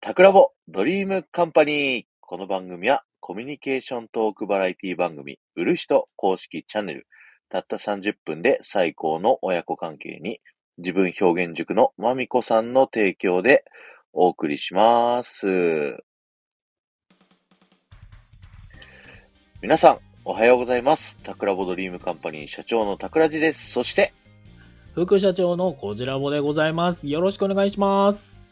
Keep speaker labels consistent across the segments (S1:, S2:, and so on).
S1: タクラボドリームカンパニーこの番組はコミュニケーショントークバラエティ番組売る人公式チャンネルたった30分で最高の親子関係に自分表現塾のまみこさんの提供でお送りします。皆さん、おはようございます。タクラボドリームカンパニー社長のタクラジです。そして、
S2: 副社長のこじらぼでございます。よろしくお願いします。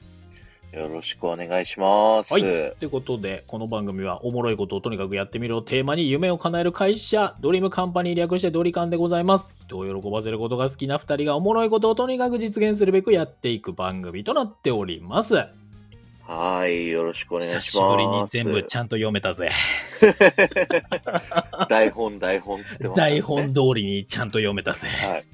S1: よろしくお願いします。
S2: はい。ということで、この番組はおもろいことをとにかくやってみるをテーマに夢を叶える会社、ドリームカンパニー略してドリカンでございます。人を喜ばせることが好きな2人がおもろいことをとにかく実現するべくやっていく番組となっております。
S1: はい、よろしくお願いしま
S2: 久
S1: す。
S2: しぶりに全部ちゃんと読めたぜ。
S1: 台本、台本っつってます、
S2: 台本。通りにちゃんと読めたぜ。
S1: はい。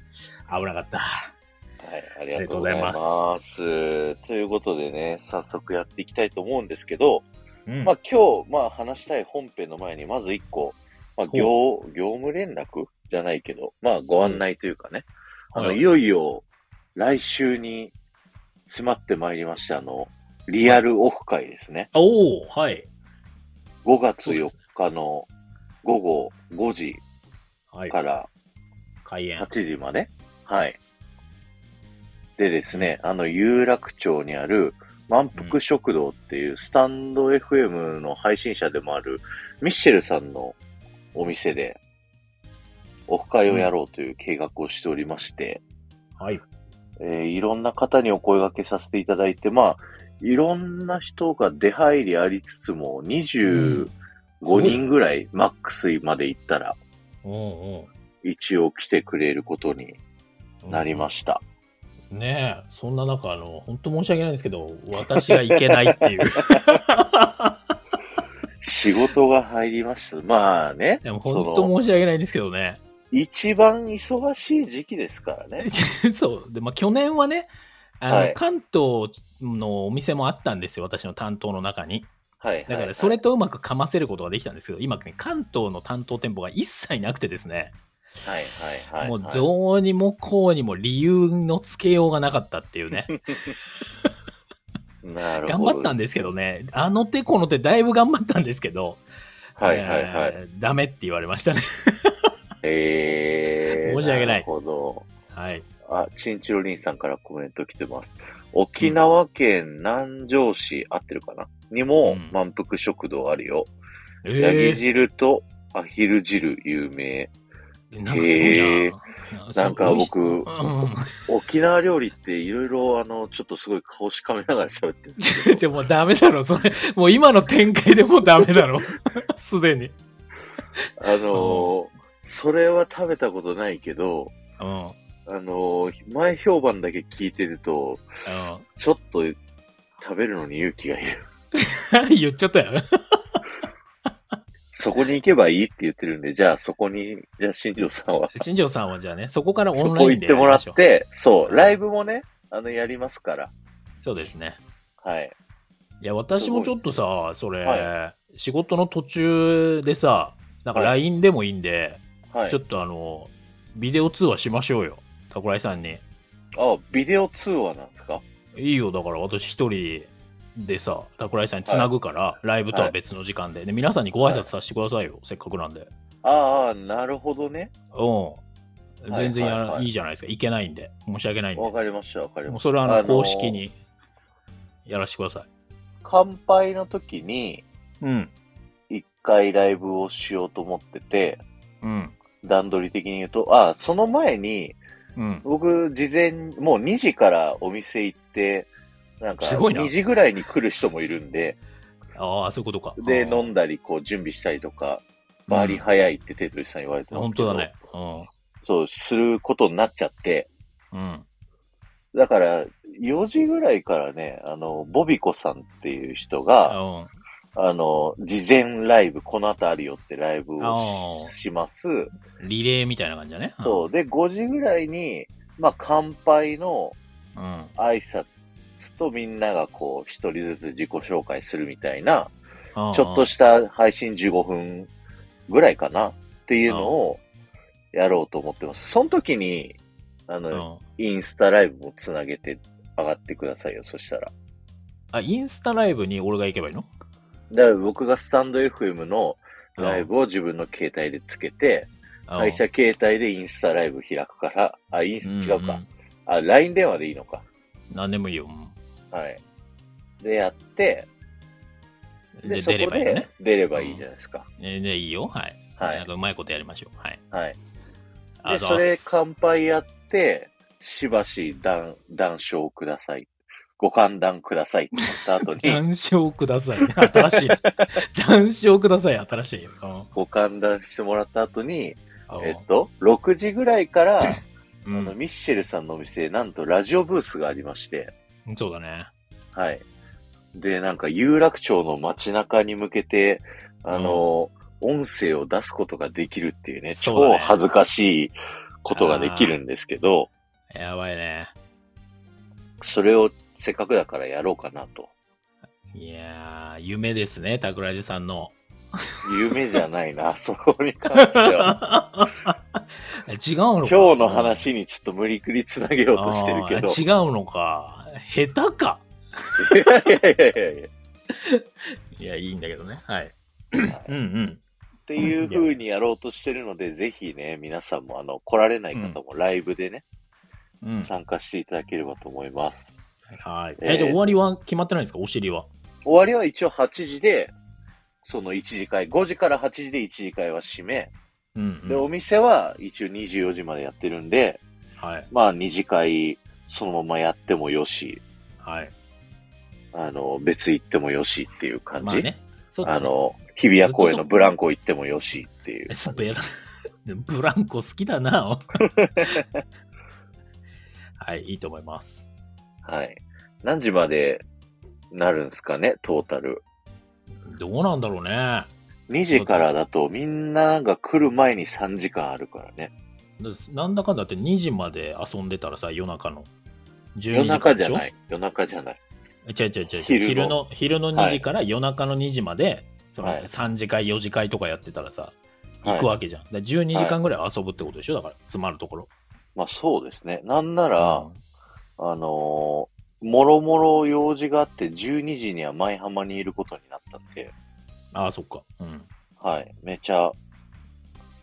S2: 危なかった。
S1: はい、ありがとうございます。ということでね、早速やっていきたいと思うんですけど、
S2: うん。
S1: まあ今日、まあ話したい本編の前に、まず一個、まあ業、業務連絡じゃないけど、まあご案内というかね、あの、
S2: はい
S1: いよいよ来週に迫ってまいりました、あの、リアルオフ会ですね。
S2: おおはい。
S1: 5月
S2: そうで
S1: 4
S2: す
S1: 日の午後5時
S2: はい。
S1: から
S2: 開演。
S1: 8時まではい。でですね、あの、有楽町にある、満腹食堂っていうスタンド FM の配信者でもある、ミッシェルさんのお店で、オフ会をやろうという計画をしておりまして、
S2: はい。
S1: えーいろんな方にお声掛けさせていただいて、まあ、いろんな人が出入りありつつも、25人ぐらい、マックスまで行ったら、
S2: うん
S1: 一応来てくれることに
S2: うん。
S1: なりました。
S2: ねえ、そんな中、あの、本当申し訳ないんですけど、私が行けないって いう。
S1: 仕事が入りました。まあね。
S2: でも
S1: そ
S2: 本
S1: の
S2: 当申し訳ないんですけどね。
S1: 一番忙しい時期ですからね。
S2: そう。で、まあ、去年はね、あの、
S1: はい
S2: 関東のお店もあったんですよ、私の担当の中に。
S1: はい。
S2: だ
S1: は
S2: か
S1: いは
S2: ら、
S1: い
S2: それとうまくかませることができたんですけど、今、ね、関東の担当店舗が一切なくてですね、
S1: はいはいはい。
S2: もうどうにもこうにも理由のつけようがなかったっ ていうね。
S1: なる
S2: 頑
S1: ほど。
S2: 張ったんですけどね、あの手この手だいぶ頑張ったんですけど、
S1: はいはいはい。
S2: えーダメって言われましたね。
S1: えー。
S2: 申し訳ない
S1: るほど。
S2: はい。
S1: あ、チンチロリンさんからコメント来てます。沖縄県南城市、合ってるかなにも
S2: うん
S1: 満腹食堂あるよ。
S2: え
S1: ヤギ汁とアヒル汁有名。
S2: なんかすごいな。
S1: へえ
S2: そう
S1: なんか僕
S2: 美味しうん、
S1: 沖縄料理っていろいろあの、ちょっとすごい顔しかめながら喋ってるんですけど
S2: ちょ、ちょ、もうダメだろ、それ。もう今の展開でもうダメだろ。 すでに。
S1: あのーそれは食べたことないけど、
S2: うん。うん。
S1: あのー前評判だけ聞いてると、ちょっと食べるのに勇気がいる。
S2: 言っちゃったよ。
S1: そこに行けばいいって言ってるんで、じゃあそこに、じゃあ新庄さんは、
S2: 新庄さんはじゃあね、そこから
S1: そ
S2: オンラ
S1: こ
S2: イ
S1: 行っ
S2: ンで
S1: て
S2: やり
S1: もら
S2: ま
S1: っ
S2: しょう。
S1: て、そう、ライブもね、あの、やりますから。
S2: そうですね。
S1: はい。
S2: いや、私もちょっとさ、それ、
S1: は
S2: 仕事の途中でさ、なんか
S1: は
S2: LINE でもいいんで、
S1: はい
S2: ちょ。っとあの、ビデオ通話しましょうよ。タコライさんに。
S1: あ、ビデオ通話なんですか
S2: いいよ、だから私一人でさ、タコライさんにつなぐから、ライブとは別の時間で、で、皆さんにご挨拶させてくださいよ、せっかくなんで。
S1: ああ、なるほどね。
S2: うん。
S1: はい
S2: 全然やら、
S1: はい
S2: い
S1: はい
S2: い、じゃないですか。いけないんで。申し訳ないんで。
S1: わかりました、わかり
S2: も
S1: ま
S2: う
S1: し
S2: それはあの、
S1: あのー
S2: 公式にやらせてください。
S1: た。乾杯の時に、
S2: うん。
S1: 一回ライブをしようと思ってて、
S2: うん。
S1: 段取り的に言うと、あ、その前に、
S2: うん。
S1: 僕、事前、もう2時からお店行って、なんか、
S2: すごいな
S1: 2時ぐらいに来る人もいるんで、
S2: ああ、そういうことか。
S1: で、
S2: うん
S1: 飲んだり、こう、準備したりとか、バリ早いってテトリスさん言われて
S2: うん
S1: ます
S2: 本
S1: けど、
S2: 当だね。
S1: そう、することになっちゃって、
S2: うん。うん。
S1: だから、4時ぐらいからね、あの、ボビコさんっていう人が、
S2: あ
S1: あの、事前ライブ、この後あるよってライブ
S2: あ
S1: を
S2: ー
S1: します。
S2: うん。リレーみたいな感じだね。
S1: そう。で、5時ぐらいに、まあ、乾杯の、
S2: うん。うん。
S1: 挨拶とみんながこう、一人ずつ自己紹介するみたいな、
S2: ちょ
S1: ちょっとした配信15分ぐらいかなっていうのをやろうと思ってます。その時に、あ
S2: う
S1: の、
S2: ん。
S1: インスタライブもつなげて上がってくださいよ、そしたら。
S2: あ、インスタライブに俺が行けばいいの
S1: だから僕がスタンド FM のライブを自分の携帯でつけて、
S2: あ
S1: 会社携帯でインスタライブ開くから、あ、インス
S2: うん
S1: 違うか。
S2: ん
S1: あ、LINE 電話でいいのか。
S2: 何でもいいよ。うん
S1: はい。で、やって、
S2: で、
S1: で、そこ
S2: 出ればいいの
S1: で
S2: ね。
S1: 出ればいいじゃないですか。
S2: えで、いいよ。はい。
S1: は
S2: なん
S1: い。
S2: かうまいことやりましょう。はい。
S1: はい。
S2: あり
S1: で、
S2: がと
S1: そう
S2: ござい
S1: れ
S2: ます
S1: 乾杯やって、しばし談、談笑ください。ご勘談くださいって言った後に、
S2: 談笑ください。新 しい。談笑ください。新しい。うん
S1: ご勘談してもらった後に、
S2: あ
S1: えっと、6時ぐらいから、
S2: う
S1: あの、ミッシェルさんのお店、なんとラジオブースがありまして、
S2: ん、そうだね。
S1: はい。で、なんか有楽町の街中に向けて、あの、音声を出すことができるっていうね、
S2: そうだ
S1: 超
S2: ね
S1: 恥ずかしいことができるんですけど、
S2: やばいね。
S1: それをせっかくだからやろうかなと。
S2: いやー、夢ですね、桜地さんの。
S1: 夢じゃないな、 そこに関 しては。
S2: 違うの
S1: 今
S2: か
S1: 日の話にちょっと無理くりつなげようとしてるけど。
S2: あー違うのか。下手か。
S1: いやいやいやいや
S2: いや、いいんだけどね。はい。うんう
S1: っ
S2: ん。
S1: ていう風にやろうとしてるので、ぜひね、皆さんもあの、来られない方もライブでね、
S2: うん、
S1: 参加していただければと思います。
S2: はい。
S1: え
S2: え、
S1: ー
S2: じゃあ終わりは決まってないんですかお尻は。
S1: 終わりは一応8時で、その1次会、5時から8時で1次会は閉め、
S2: うん、う
S1: で、お
S2: ん。
S1: 店は一応24時までやってるんで、
S2: はい。
S1: まあ2次会そのままやってもよし、
S2: はい。
S1: あの、別行ってもよしっていう感じ。
S2: まあね。そうだ
S1: あ
S2: ね、
S1: の、日比谷公園のブランコ行ってもよしっていう。
S2: スペラ。 ブランコ好きだな。 はい、いいと思います。
S1: はい。何時までなるんすかね、トータル。
S2: どうなんだろうね。
S1: 2時からだとみんなが来る前に3時間あるからね。
S2: だなんだかんだって2時まで遊んでたらさ、夜中の。
S1: 夜
S2: 12時
S1: 中
S2: からで
S1: じ
S2: し
S1: ゃ
S2: ょ
S1: ない。夜中じゃない。
S2: 違う違う違う
S1: 昼の
S2: 昼の。昼の2時から夜中の2時まで、その
S1: はい
S2: 3時会、4時会とかやってたらさ、
S1: はい
S2: 行くわけじゃん。だから12時間ぐらい遊ぶってことでしょだから、詰まるところ。
S1: まあそうですね。なんな
S2: う
S1: ら、
S2: ん
S1: あのーもろもろ用事があって12時には舞浜にいることになったんで、
S2: ああ、そっか。うん。
S1: はい。めちゃ、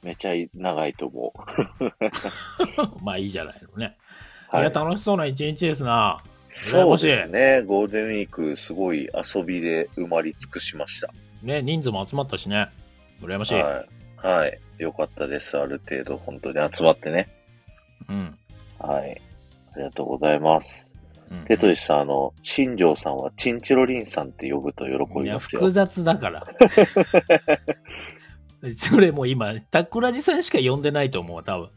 S1: めちゃ長いと思う。
S2: まあいいじゃないのね。い、
S1: は
S2: や、楽しそうな一日ですな。羨
S1: そ
S2: ま
S1: う
S2: しい
S1: ですね。ゴールデンウィーク、すごい遊びで埋まり尽くしました。
S2: ね、人数も集まったしね。羨ましい。
S1: はい。はい。よかったです。ある程度、本当に集まってね。
S2: うん。
S1: はい。ありがとうございます。
S2: うん
S1: テトリスさん、あの、新庄さんはチンチロリンさんって呼ぶと喜
S2: い
S1: び
S2: や、
S1: ます
S2: 複
S1: よ。
S2: 雑だから。 それもう今、タクラジさんしか呼んでないと思うわ、多分。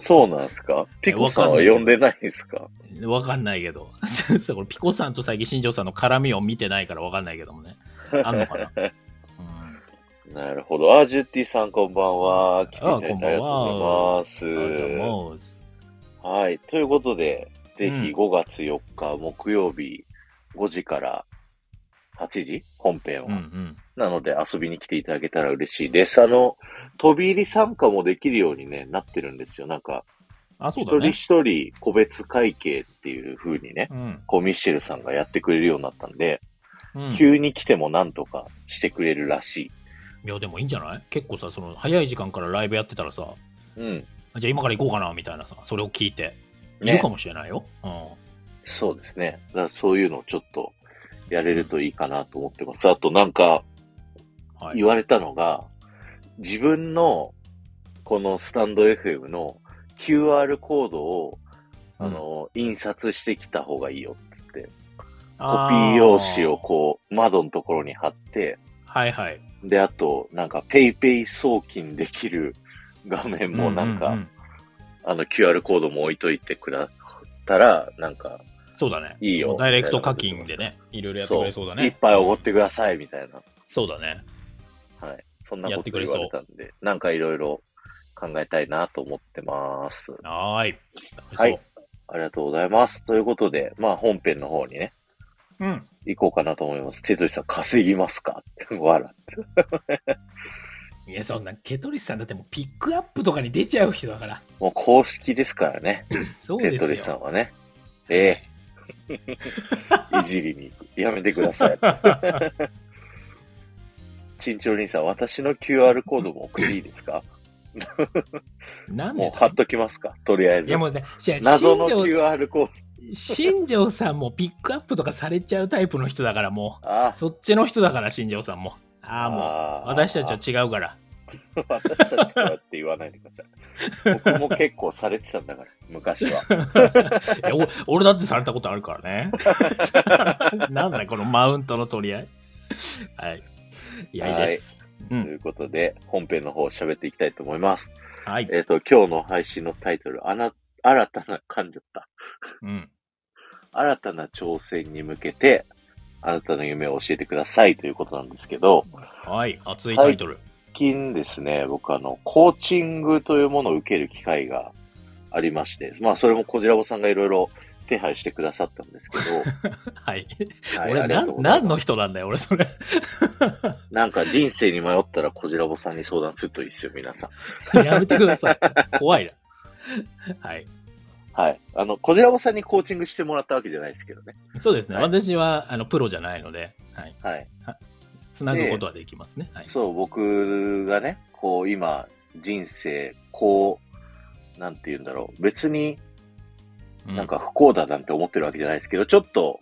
S1: そうなんですかピコさんは呼んでないんですか
S2: うん。わかんないけど。 そうそうこれピコさんと最近新庄さんの絡みを見てないからわかんないけどもね。あんのかな。
S1: なるほど。あ、ジュッティさんこんばんは。キ
S2: あ
S1: ピちゃ
S2: こん
S1: あ
S2: ばんは
S1: りがとうござ
S2: うん。ありがとう
S1: いま
S2: ございます。
S1: す。はい。ということで、ぜひ
S2: うん
S1: 5月4日木曜日5時から8時本編
S2: うんう
S1: は。
S2: ん。
S1: なので遊びに来ていただけたら嬉しいです。あの、飛び入り参加もできるように、ね、なってるんですよ。なんか、
S2: あ、そう
S1: 一
S2: だ
S1: 人
S2: ね。
S1: 一人個別会計っていう風にね、
S2: うん。
S1: こうミッシェルさんがやってくれるようになったんで、
S2: うん、い
S1: 急に来てもなんとかしてくれるらし
S2: や、でもいいんじゃない結構さ、その早い時間からライブやってたらさ、
S1: い。うん。
S2: じゃあ今から行こうかな、みたいなさ、それを聞いて、いる
S1: ね
S2: か。もしれないよ。うん。
S1: そうですね。だからそういうのをちょっとやれるといいかなと思ってます。あとなんか
S2: はい
S1: 言。われたのが、自分のこのスタンド FM の QR コードをあの、印刷してきた方がいいよって言って、コピー用紙をこう、窓のところに貼って、
S2: はいはい。
S1: で、あと、なんか、ペイペイ送金できる画面もなんか、
S2: うううん
S1: あの、QR コードも置いといてくだったら、なんか、
S2: そうだね。
S1: いいよ。
S2: ダイレクト課金でね、いろいろやってくれそうだ
S1: いっ
S2: ね。
S1: ぱいおごってください、みたいな。
S2: そうだね。
S1: はい。そんなこと言わ
S2: や
S1: れ
S2: ってく
S1: たんで、なんかいろいろ考えたいなと思ってます。
S2: はーい。
S1: はい
S2: そう。
S1: ありがとうございます。ということで、まあ、本編の方にね、
S2: うん。
S1: 行こうかなと思います。テトリさん、稼ぎますか笑
S2: いや、そんな、ケトリスさんだってもうピックアップとかに出ちゃう人だから。
S1: もう公式ですからね、
S2: そう
S1: テ
S2: で
S1: ト
S2: す
S1: リさ
S2: よ。
S1: んはね。ええいじりに行く。やめてください。チンチョリンさん、私の QR コードも送っていいですか
S2: なん
S1: も
S2: で
S1: う貼っときますかとりあえ
S2: い
S1: ず
S2: や。もうね、いや
S1: 謎の
S2: 新庄
S1: QR コー
S2: 新庄さんもピックアップとかされちゃうタイプの人だからも
S1: ド。あ
S2: う、そっちの人だから新庄さんも。ああ、も
S1: あ
S2: う、
S1: ー
S2: 私たちは違うから。
S1: 私たちとはって言わないでください。僕も結構されてたんだから、昔は。
S2: いやお 俺だってされたことあるからね。 なんだこのマウントの取り合い。はい。いや、いいです。う
S1: と
S2: ん。
S1: いうことで、本編の方喋っていきたいと思います。
S2: はい。
S1: えっ、と、今日の配信のタイトル、あな、新たな、噛んじゃった。
S2: うん。
S1: 新たな挑戦に向けて、あなたの夢を教えてくださいということなんですけど、
S2: はい。熱いタイトル。
S1: 最近ですね、僕あの、コーチングというものを受ける機会がありまして、まあ、それもこじらぼさんがいろいろ手配してくださったんですけ
S2: はい。
S1: ど、はいあ
S2: 俺、
S1: りが
S2: な
S1: とうご
S2: ん、
S1: ざいます
S2: 何の人なんだよ、俺、それ。
S1: なんか人生に迷ったらこじらぼさんに相談するといいですよ、皆さん。
S2: やめてください。怖いな。はい。
S1: はい。あの、こじらぼさんにコーチングしてもらったわけじゃないですけどね。
S2: そうですね。
S1: はい
S2: 私は、あの、プロじゃないので、はい。
S1: はい。
S2: つなぐことはできますね。はい。
S1: そう、僕がね、こう今、人生、こう、なんて言うんだろう。別に
S2: う
S1: なん、か不幸だなんて思ってるわけじゃないですけど、ちょっと、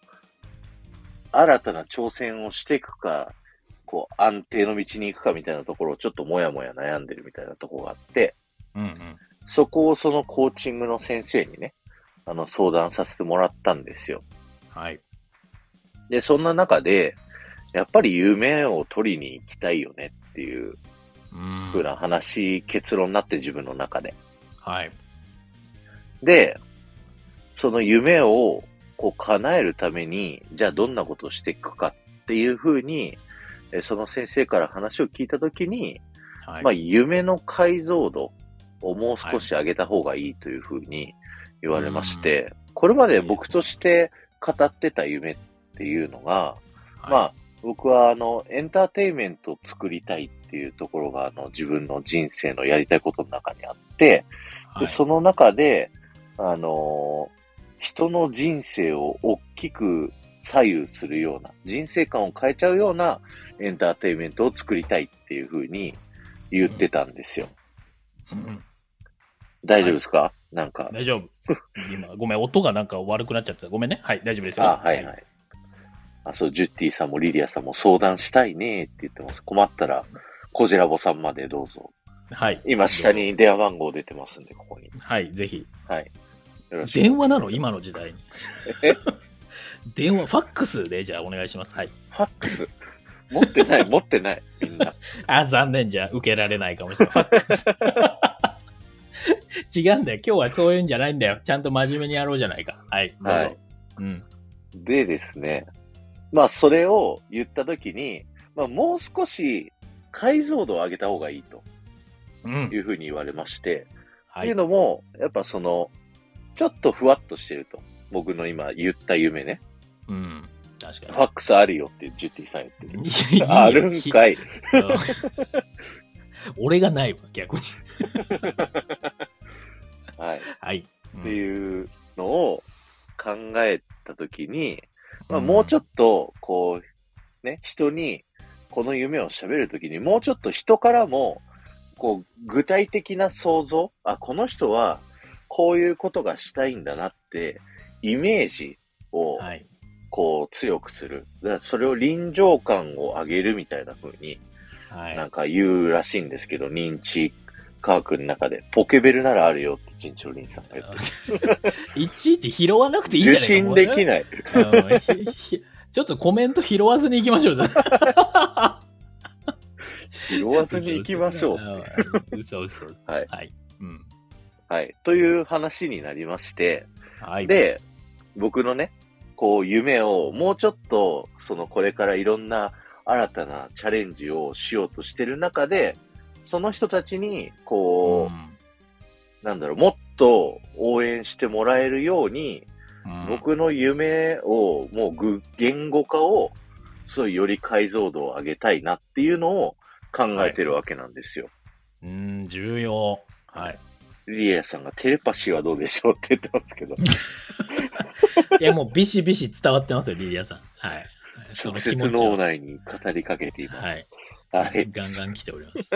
S1: 新たな挑戦をしていくか、こう、安定の道に行くかみたいなところをちょっともやもや悩んでるみたいなところがあって、
S2: うんうん。
S1: そこをそのコーチングの先生にね、あの、相談させてもらったんですよ。
S2: はい。
S1: で、そんな中で、やっぱり夢を取りに行きたいよねっていう
S2: うん。
S1: 風な話、結論になって自分の中で。
S2: はい。
S1: で、その夢をこう叶えるために、じゃあどんなことをしていくかっていう風に、えその先生から話を聞いたときに、
S2: はい。
S1: まあ、夢の解像度をもう少し上げた方がいいというふうに言われまして、これまで僕として語ってた夢っていうのが、
S2: はい
S1: まあ、僕はあの、エンターテインメントを作りたいっていうところが、あの、自分の人生のやりたいことの中にあって、
S2: はい
S1: でその中で、あのー人の人生を大きく左右するような、人生観を変えちゃうようなエンターテインメントを作りたいっていうふうに言ってたんですよ。
S2: うんうん
S1: 大丈夫ですか、なんか。
S2: 大丈夫。今、ごめん、音がなんか悪くなっちゃってた。ごめんね。はい、大丈夫ですよ。
S1: あ、はいはい。あ、そう、ジュッティさんもリリアさんも相談したいねって言ってます。困ったら、コジラボさんまでどうぞ。
S2: はい。
S1: 今下。に電話番号出てますんで、ここに。
S2: はい、ぜひ。
S1: はい。よろしく。
S2: 電話なの今の時代に
S1: え。
S2: 電話、ファックスで、じゃあお願いします。はい。
S1: ファックス。持ってない、持ってない。みんな。
S2: あ、残念じゃ、受けられないかもしれない。ファックス。 違うんだよ。今日はそういうんじゃないんだよ。ちゃんと真面目にやろうじゃないか。はい。どうぞ
S1: はい。
S2: うん。
S1: でですね。まあ、それを言ったときに、まあ、もう少し解像度を上げた方がいいと
S2: うん
S1: い。うふうに言われまして、
S2: は
S1: っていう
S2: い。
S1: のも、やっぱその、ちょっとふわっとしてると。僕の今言った夢ね。
S2: うん。確
S1: フ
S2: か
S1: ァックスあるよってジュティさん言ってる。
S2: に。いやいいよ
S1: あるんかい。
S2: うん 俺がないわ、逆に。
S1: はい。
S2: はい。っ
S1: っていうのを考えたときに、まあ、
S2: ん
S1: もうちょっと、こう、ね、人に、この夢を喋るときに、もうちょっと人からも、こう、具体的な想像、あ、この人は、こういうことがしたいんだなって、イメージを、
S2: はい。
S1: こう、強くする。だからそれを臨場感を上げるみたいな風に、
S2: はい。
S1: なんか言うらしいんですけど、認知科学の中で、ポケベルならあるよって、陳長林さんが言って。
S2: いちいち拾わなくていいんじゃ
S1: 受
S2: ない
S1: 信で
S2: か
S1: きない。
S2: うんひひちょっとコメント拾わずに行き ましょう。
S1: 拾わずに行きましょう。
S2: う。嘘嘘嘘。
S1: はい
S2: はい。うん。
S1: はい。という話になりまして、
S2: はい。、
S1: で、僕のね、こう、夢をもうちょっと、その、これからいろんな新たなチャレンジをしようとしてる中で、その人たちに、こう、なんだろう、もっと応援してもらえるように、
S2: うん、
S1: 僕の夢を、もう具、言語化を、そういうより解像度を上げたいなっていうのを考えてるわけなんですよ。
S2: うん、重要。はい。
S1: リエさんがテレパシーはどうでしょうって言ってますけど。
S2: いや、もうビシビシ伝わってますよ、リリアさん。はい。 その
S1: 直
S2: 気
S1: 接
S2: 持ち
S1: 脳
S2: は。
S1: 内に語りかけていま
S2: はい
S1: す。。はい。
S2: ガンガン来ております。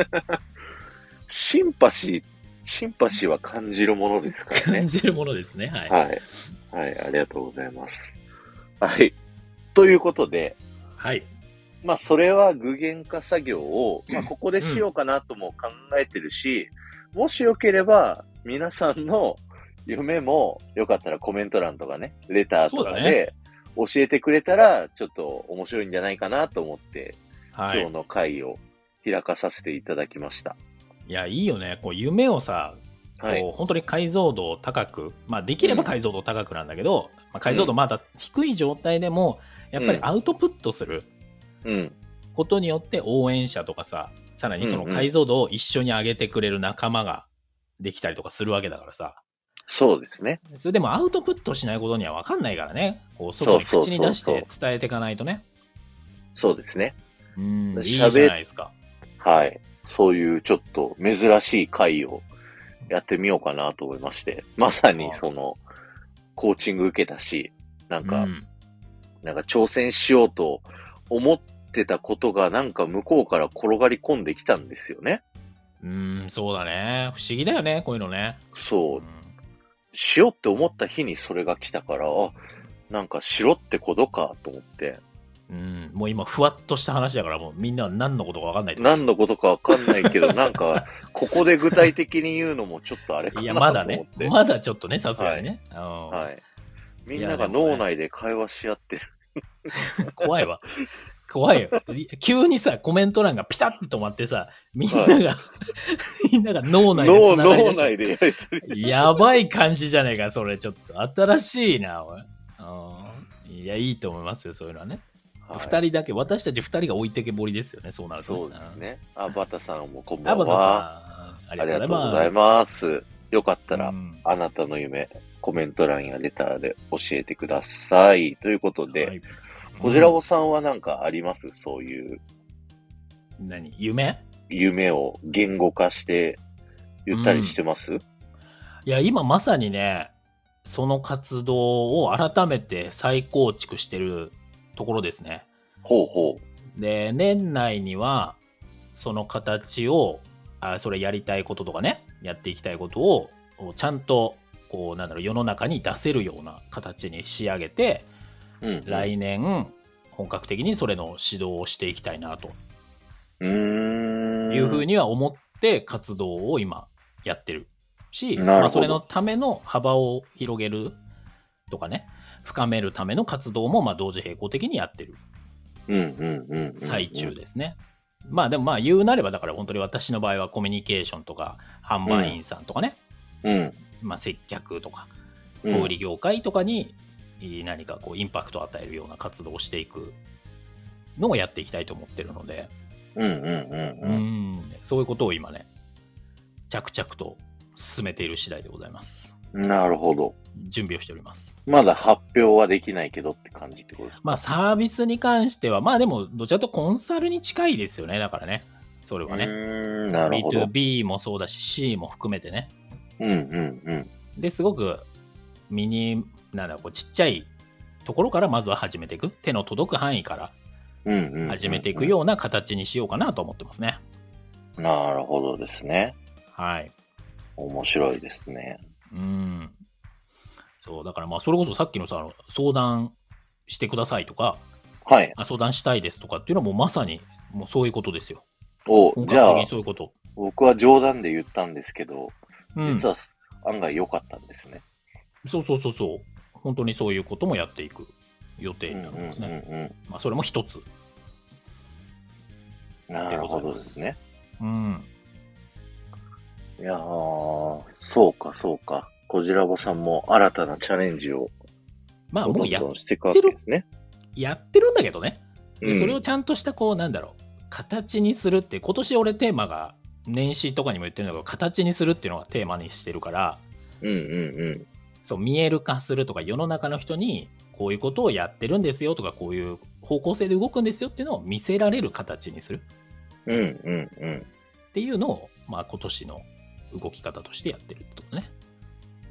S1: シンパシー、シンパシーは感じるものですからね
S2: 感。じるものですね。はい。
S1: はい。はい、ありがとうございます。はい。ということで、
S2: はい。
S1: まあ、それは具現化作業を、まあ、ここでしようかなとも考えてるし、もしよければ、皆さんの夢も、よかったらコメント欄とかね、レターとか
S2: そうだ
S1: で、教えてくれたら、ちょっと面白いんじゃないかなと思って、
S2: は
S1: 今日
S2: い。
S1: の会を開かさせていただきました。
S2: いや、いいよね。こう、夢をさ、
S1: はい。
S2: こう本当に解像度を高く、まあ、できれば解像度高くなんだけど、まあ、解像度まだ低い状態でもやっぱり
S1: うん
S2: アウトプットする
S1: うん。
S2: ことによって応援者とかささらにその
S1: うんうん
S2: 解像度を一緒に上げてくれる仲間ができたりとかするわけだからさ
S1: そうですね。
S2: それでもアウトプットしないことには分かんないからねこう外に
S1: そうそうそ
S2: 口
S1: うそう
S2: に出して伝えていかないとね
S1: そうですね。
S2: うん
S1: 喋
S2: いいじゃないですか
S1: はい。そういうちょっと珍しい会をやってみようかなと思いまして、まさにその、コーチング受けたし、なんか、
S2: うん
S1: なんか挑戦しようと思ってたことがなんか向こうから転がり込んできたんですよね。
S2: うんそうだね不思議だよねこういうのね、
S1: そうう、
S2: ん
S1: しようって思った日にそれが来たから、あ、なんかしろってことかと思って、
S2: うん、もう今ふわっとした話だからもうみんなは何のことか分かんないと思う
S1: 何のことかわかんない けど、なんか、ここで具体的に言うのもちょっとあれか
S2: い
S1: な
S2: や、
S1: と 思
S2: ま
S1: って。
S2: だね。まだちょっとね、さすがにね。うん
S1: はい。みん
S2: いや
S1: な
S2: で
S1: が
S2: もね
S1: 脳内で会話し合ってる。
S2: 怖いわ。怖いよ。急にさ、コメント欄がピタッと止まってさ、みんなが、 みんなが脳内で
S1: 脳、
S2: つながり
S1: 脳
S2: だし
S1: 内でやりとり。
S2: やばい感じじゃねえか、それちょっと。新しいな、おい。うんいや、いいと思いますよ、そういうのはね。
S1: はい
S2: 二、人だけ、私たち二人が置いてけぼりですよね、そうなると、
S1: そうですね。あ、バタさんもこん
S2: うん。
S1: ば
S2: ア
S1: ん
S2: バタ
S1: は。
S2: さん、あ
S1: あ
S2: りが
S1: り
S2: と
S1: がとう
S2: うご
S1: ご
S2: ざ
S1: ざ
S2: い
S1: い
S2: ま
S1: ます。よかった
S2: す。
S1: ら、
S2: うん
S1: あなたの夢、コメント欄やレターで教えてください。ということ
S2: は
S1: で、
S2: い
S1: こちらおさんはなんかありますそういう
S2: 何夢
S1: 夢を言語化して言ったりしてます、
S2: いや、今まさにね、その活動を改めて再構築してるところですね。
S1: ほうほ
S2: で、年内には、その形を、あそれやりたいこととかね、やっていきたいことを、ちゃんと、こう、なんだろう、世の中に出せるような形に仕上げて、
S1: う。うん。
S2: 来年、本格的にそれの指導をしていきたいな、と
S1: うーん。
S2: いうふうには思って活動を今やってるし、
S1: なるほど
S2: まあ、それのための幅を広げるとかね深めるための活動もまあ同時並行的にやってる
S1: うんうんうんうんうん。
S2: 最中ですね。まあでもまあ言うなればだから本当に私の場合はコミュニケーションとか販売員さんとかね、
S1: うん。
S2: まあ、接客とか
S1: うん。
S2: 小売業界とかにいい何かこうインパクトを与えるような活動をしていくのをやっていきたいと思ってるので、
S1: うんうんうん
S2: う
S1: うん。
S2: ん、そういうことを今ね、着々と進めている次第でございます。
S1: なるほど。
S2: 準備をしております。
S1: まだ発表はできないけどって感じってことですか
S2: まあ、サービスに関しては、まあでも、どちらかというとコンサルに近いですよね、だからね。それは
S1: う
S2: ね。
S1: ーん、なるほど。
S2: B2B もそうだし、C も含めてね。
S1: うんうんうん。
S2: ですごく、ミニ、なんだろうこう、ちっちゃいところからまずは始めていく。手の届く範囲から
S1: うんうんうんうん
S2: 始めていく。ような形にしようかなと思ってますね。
S1: なるほどですね。
S2: はい。
S1: 面白いですね。
S2: うん。そう、だからまあ、それこそさっきのさ、あの相談してくださいとか、
S1: はい。
S2: あ相談したいですとかっていうのはもうまさに、もうそういうことですよ。
S1: お
S2: 本、
S1: じ
S2: 格
S1: ゃ
S2: 的
S1: あ
S2: に、そういうこと。
S1: 僕は冗談で言ったんですけど、
S2: うん
S1: 実。は案外良かったんですね。
S2: そうそうそうそう。本当にそういうこともやっていく予定
S1: うん
S2: に
S1: う
S2: なんります
S1: う
S2: ね。
S1: ん
S2: まあ、それも一つ。
S1: うん。なるほどですね。
S2: うん。
S1: いやー、そうかそうか。こじらぼさんも新たなチャレンジを
S2: まあ、
S1: どん
S2: も
S1: ど
S2: うや
S1: んしていくわけですね。
S2: やってるんだけどね。
S1: う
S2: で
S1: ん
S2: それをちゃんとした、こう、なんだろう、形にするって、今年俺テーマが、年始とかにも言ってるんだけど、形にするっていうのがテーマにしてるから、
S1: うんうんうん。
S2: そう見える化するとか世の中の人にこういうことをやってるんですよとかこういう方向性で動くんですよっていうのを見せられる形にする
S1: うんうんうん。
S2: っていうのを、まあ、今年の動き方としてやってるってことね。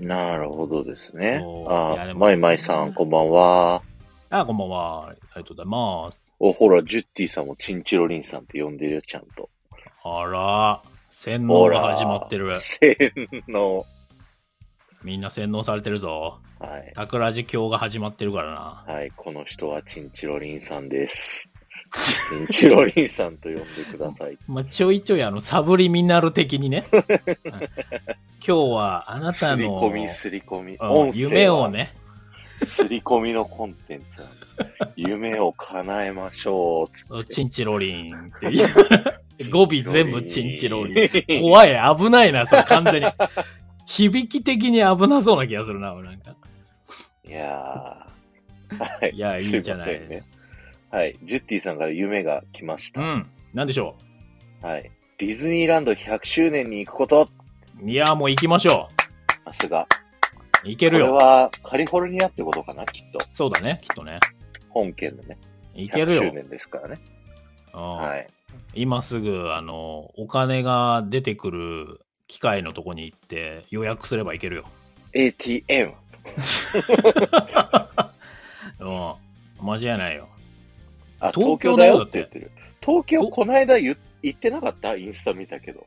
S1: なるほどですね
S2: そ。ういや
S1: あ
S2: で、も
S1: マイマイさん、こんばんは。
S2: あ、こんばんは。ありがとうございます。
S1: お、ほら、ジュッティさんもチンチロリンさんって呼んでるよ、ちゃんと。
S2: あら、洗脳
S1: ほ
S2: が
S1: ら、
S2: 始まってる。
S1: 洗脳。
S2: みんな洗脳されてるぞ。
S1: はい。
S2: 桜地教が始まってるからな。
S1: はい、この人はチンチロリンさんです。チンチロリンさんと呼んでください。
S2: まあ、ちょいちょいあの、サブリミナル的にね。うん今日は あなた
S1: す り
S2: の
S1: 込み、すり込み。
S2: う
S1: 音
S2: ん
S1: 声は
S2: 夢を。ね、
S1: すり込みのコンテンツなんで。 夢を叶えましょう。つって
S2: チンチロリンって言う語尾全部チンチロリン。 怖い、危ないな、それ完全に。 響き的に危なそうな気がするな、俺なんか。
S1: いやー。はい。
S2: いやいいじゃない
S1: すませんね。はい。ジュッティさんから夢が来まし
S2: う
S1: た。
S2: ん、なんでしょ
S1: はい。ディズニーランド100周年に行くこと。
S2: う。いや、もう行きましょ
S1: さすが。
S2: う。行け
S1: こ
S2: る
S1: れ
S2: よ。
S1: はカリフォルニアってことかな、きっと。
S2: そうだね、きっとね。
S1: 本県のね。
S2: 行ける
S1: 100周
S2: よ。
S1: 年ですからね。
S2: うん
S1: はい。
S2: 今すぐ、あの、お金が出てくる機械のとこに行って予約すれば行けるよ。
S1: ATM。
S2: うん。間違いないよ。
S1: あ、
S2: 東
S1: 東
S2: 京
S1: 京
S2: だ
S1: だ
S2: よ
S1: よって言ってる。東京、
S2: と
S1: こないだ言言ってなかったインスタ見たけど。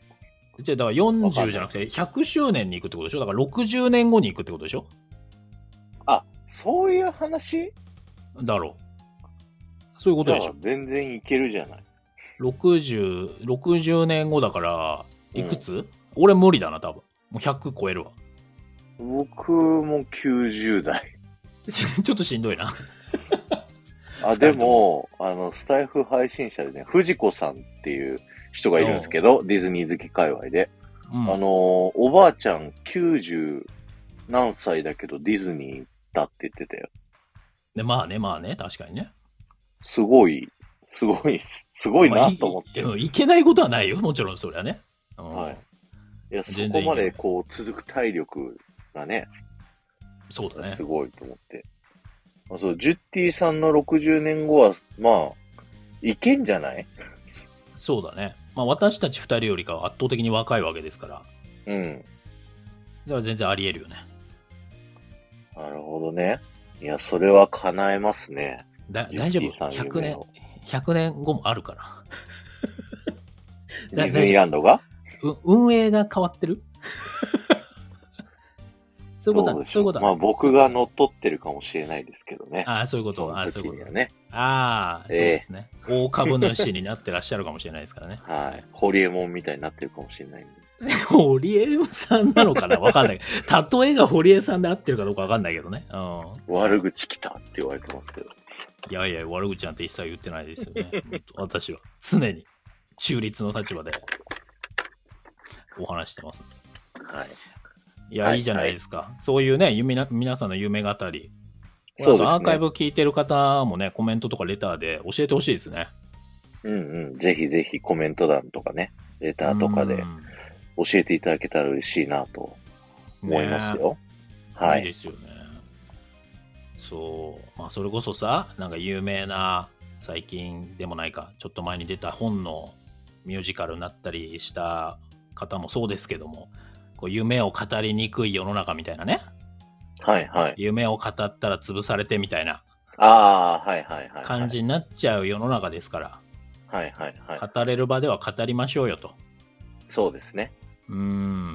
S2: じゃあ、だから40じゃなくて100周年に行くってことでしょだから60年後に行くってことでしょ
S1: あ、そういう話
S2: だろう。そういうことでし
S1: じゃあ全然いけるじゃない。
S2: ょ ?60、60年後だから、いくつ、俺無理だな、多分。もう100超えるわ。
S1: 僕も90代。
S2: ちょっとしんどいな。
S1: あ、でも、あの、スタイフ配信者でね、藤子さんっていう人がいるんですけど、ディズニー好き界隈で。
S2: うん
S1: あのー、おばあちゃん90何歳だけどディズニー行ったって言ってたよ。
S2: でまあね、まあね、確かにね。
S1: すごい、すごい、すごい
S2: まあ
S1: なと思って。
S2: いいいけないことはないよ、もちろん、そりゃね。うん
S1: はい。いや、そ
S2: 全然いい
S1: こまでこう続く体力がね、
S2: そうだね
S1: す。ごいと思って。あそう、ジュッティさんの60年後は、まあ、いけんじゃない
S2: そうだね。まあ、私たち二人よりかは圧倒的に若いわけですから、
S1: うん。
S2: だから全然あり得るよね。
S1: なるほどね。いや、それは叶えますね。
S2: だ
S1: ゆっ
S2: 大丈
S1: き
S2: 夫
S1: ーさん
S2: ?100
S1: 夢
S2: 年
S1: を、
S2: 100年後もあるから。
S1: デ
S2: だ
S1: ィズニーランドが
S2: う運営が変わってる そういうこと
S1: ど
S2: は
S1: でし
S2: そ
S1: ょ
S2: ういうことは
S1: まあ、僕が乗っ取ってるかもしれないですけどね。
S2: ああ、そういうこ
S1: そ
S2: と。あ
S1: の
S2: あ、そうい
S1: 時
S2: う
S1: に
S2: こと
S1: は。ね。
S2: ああ、
S1: ええ。
S2: そうですね。大株主になってらっしゃるかもしれないですからね
S1: はい。ホリエモンみたいになってるかもしれないんで。
S2: 堀江さんなのかなわかんない。例えが堀江さんで合ってるかどうかわかんないけどね。うん。
S1: 悪口来たって言われてますけど。
S2: いやいや、悪口なんて一切言ってないですよね。本当私は常に中立の立場でお話してます。
S1: はい。
S2: いや、、
S1: はいい
S2: いじゃないですか。そういうね、夢な皆さんの夢語り。
S1: そうですね
S2: アーカイブ聞いてる方もね、コメントとかレターで教えてほしいですね。
S1: うんうん。ぜひぜひコメント欄とかね、レターとかで
S2: うん
S1: 教えていただけたら嬉しいなと思います
S2: ね
S1: よ。はい
S2: い
S1: い。
S2: ですよね。そう。まあ、それこそさ、なんか有名な、最近でもないか、ちょっと前に出た本のミュージカルになったりした方もそうですけども、こう夢を語りにくい世の中みたいなね。
S1: はいはい。
S2: 夢を語ったら潰されてみたいな
S1: ああ、はいはいはいはい。
S2: 感じになっちゃう世の中ですから、
S1: はいはいはい。
S2: 語れる場では語りましょうよと。
S1: そうですね。
S2: うー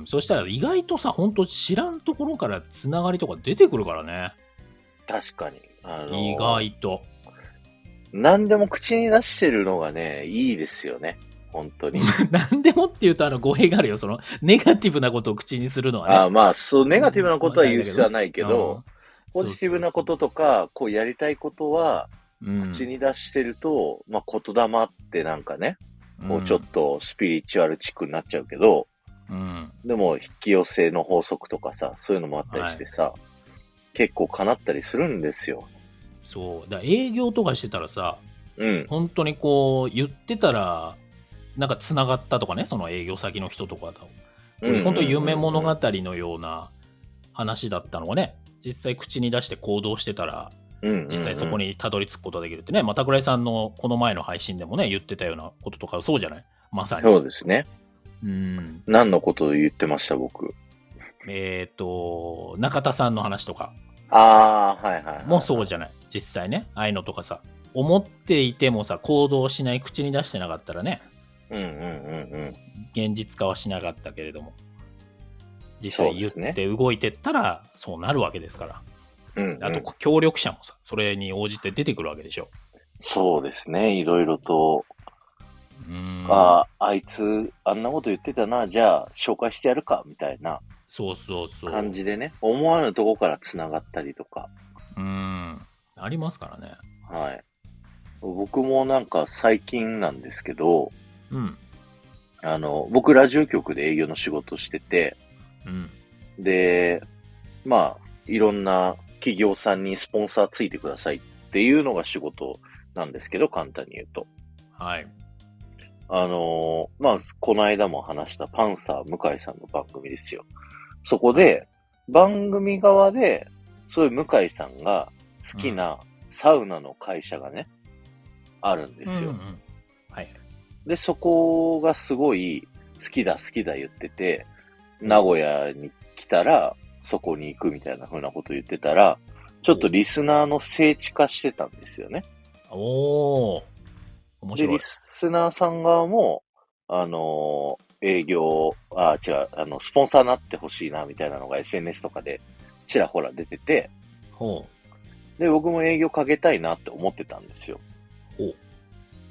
S2: ん。そしたら意外とさ、ほんと知らんところからつながりとか出てくるからね。
S1: 確かに。あの
S2: 意外と。
S1: 何でも口に出してるのがね、いいですよね。本当 に。
S2: 何でもって言うとあの語弊があるよ。その、ネガティブなことを口にするのはね。
S1: ああまあ、そう、ネガティブなことは言う必要はないけど、
S2: うん、
S1: ポジティブなこ
S2: そう
S1: ととか、こうやりたいことは、
S2: そうそう、
S1: 口に出してると、まあ、言霊ってなんかね、こうちょっとスピリチュアルチックになっちゃうけど、
S2: と、うん
S1: でも引き寄せの法則とかさ、そういうのもあったりしてさ、結構叶ったりするんですよ。
S2: そう。だから営業とかしてたらさ、
S1: うん。
S2: 本当にこう、言ってたら、なんか繋がったとかね、その営業先の人とかと。本当夢物
S1: が
S2: 語のような話だったのがね、実際口に出して行動してたら、実際そこ。にたどり着くことができるってね、まあ桜井さんのこの前の配信でもね、言ってたようなこととかそうじゃないまさに。
S1: そうですね。
S2: うん。
S1: 何のことを言ってました、僕。
S2: えっ、と、中田さんの話とか
S1: ああ、はいはい、はい。
S2: もそうじゃない。実際ね、ああいうのとかさ、思っていてもさ、行動しない、口に出してなかったらね、
S1: うんうんうんうん。
S2: 現実化はしなかったけれども、実
S1: そ
S2: 際
S1: う
S2: 言
S1: で
S2: っ
S1: すね
S2: て動いてったら、そうなるわけですから。
S1: うんうん
S2: あと、協力者もさ、それに応じて出てくるわけでしょ。
S1: そうですね。いろいろと、
S2: うーん
S1: ああ、あいつ、あんなこと言ってたな、じゃあ、紹介してやるか、みたいな
S2: そうそうそう。
S1: 感じでね、思わぬとこから繋がったりとか、
S2: うーん。ありますからね。
S1: はい。僕もなんか最近なんですけど、
S2: うん。
S1: あの、僕ラジオ局で営業の仕事してて、
S2: うん。
S1: で、まあ、いろんな企業さんにスポンサーついてくださいっていうのが仕事なんですけど、簡単に言うと。
S2: はい。
S1: あのーまあ、この間も話したパンサー向井さんの番組ですよ。そこで、番組側で、そういう向井さんが好きなサウナの会社がね、あるんですよ。
S2: うんうんはい。
S1: で、そこがすごい好きだ好きだ言ってて、名古屋に来たらそこに行くみたいな風なこと言ってたら、ちょっとリスナーの聖地化してたんですよね。
S2: おー。面
S1: で、
S2: 白
S1: リ
S2: い。
S1: スナーさん側も、あのー営業、あ、違う、あの、スポンサーになってほしいな、みたいなのが SNS とかで、ちらほら出てて、
S2: ほ
S1: で、僕も営業かけたいなって思ってたんですよ。
S2: ほう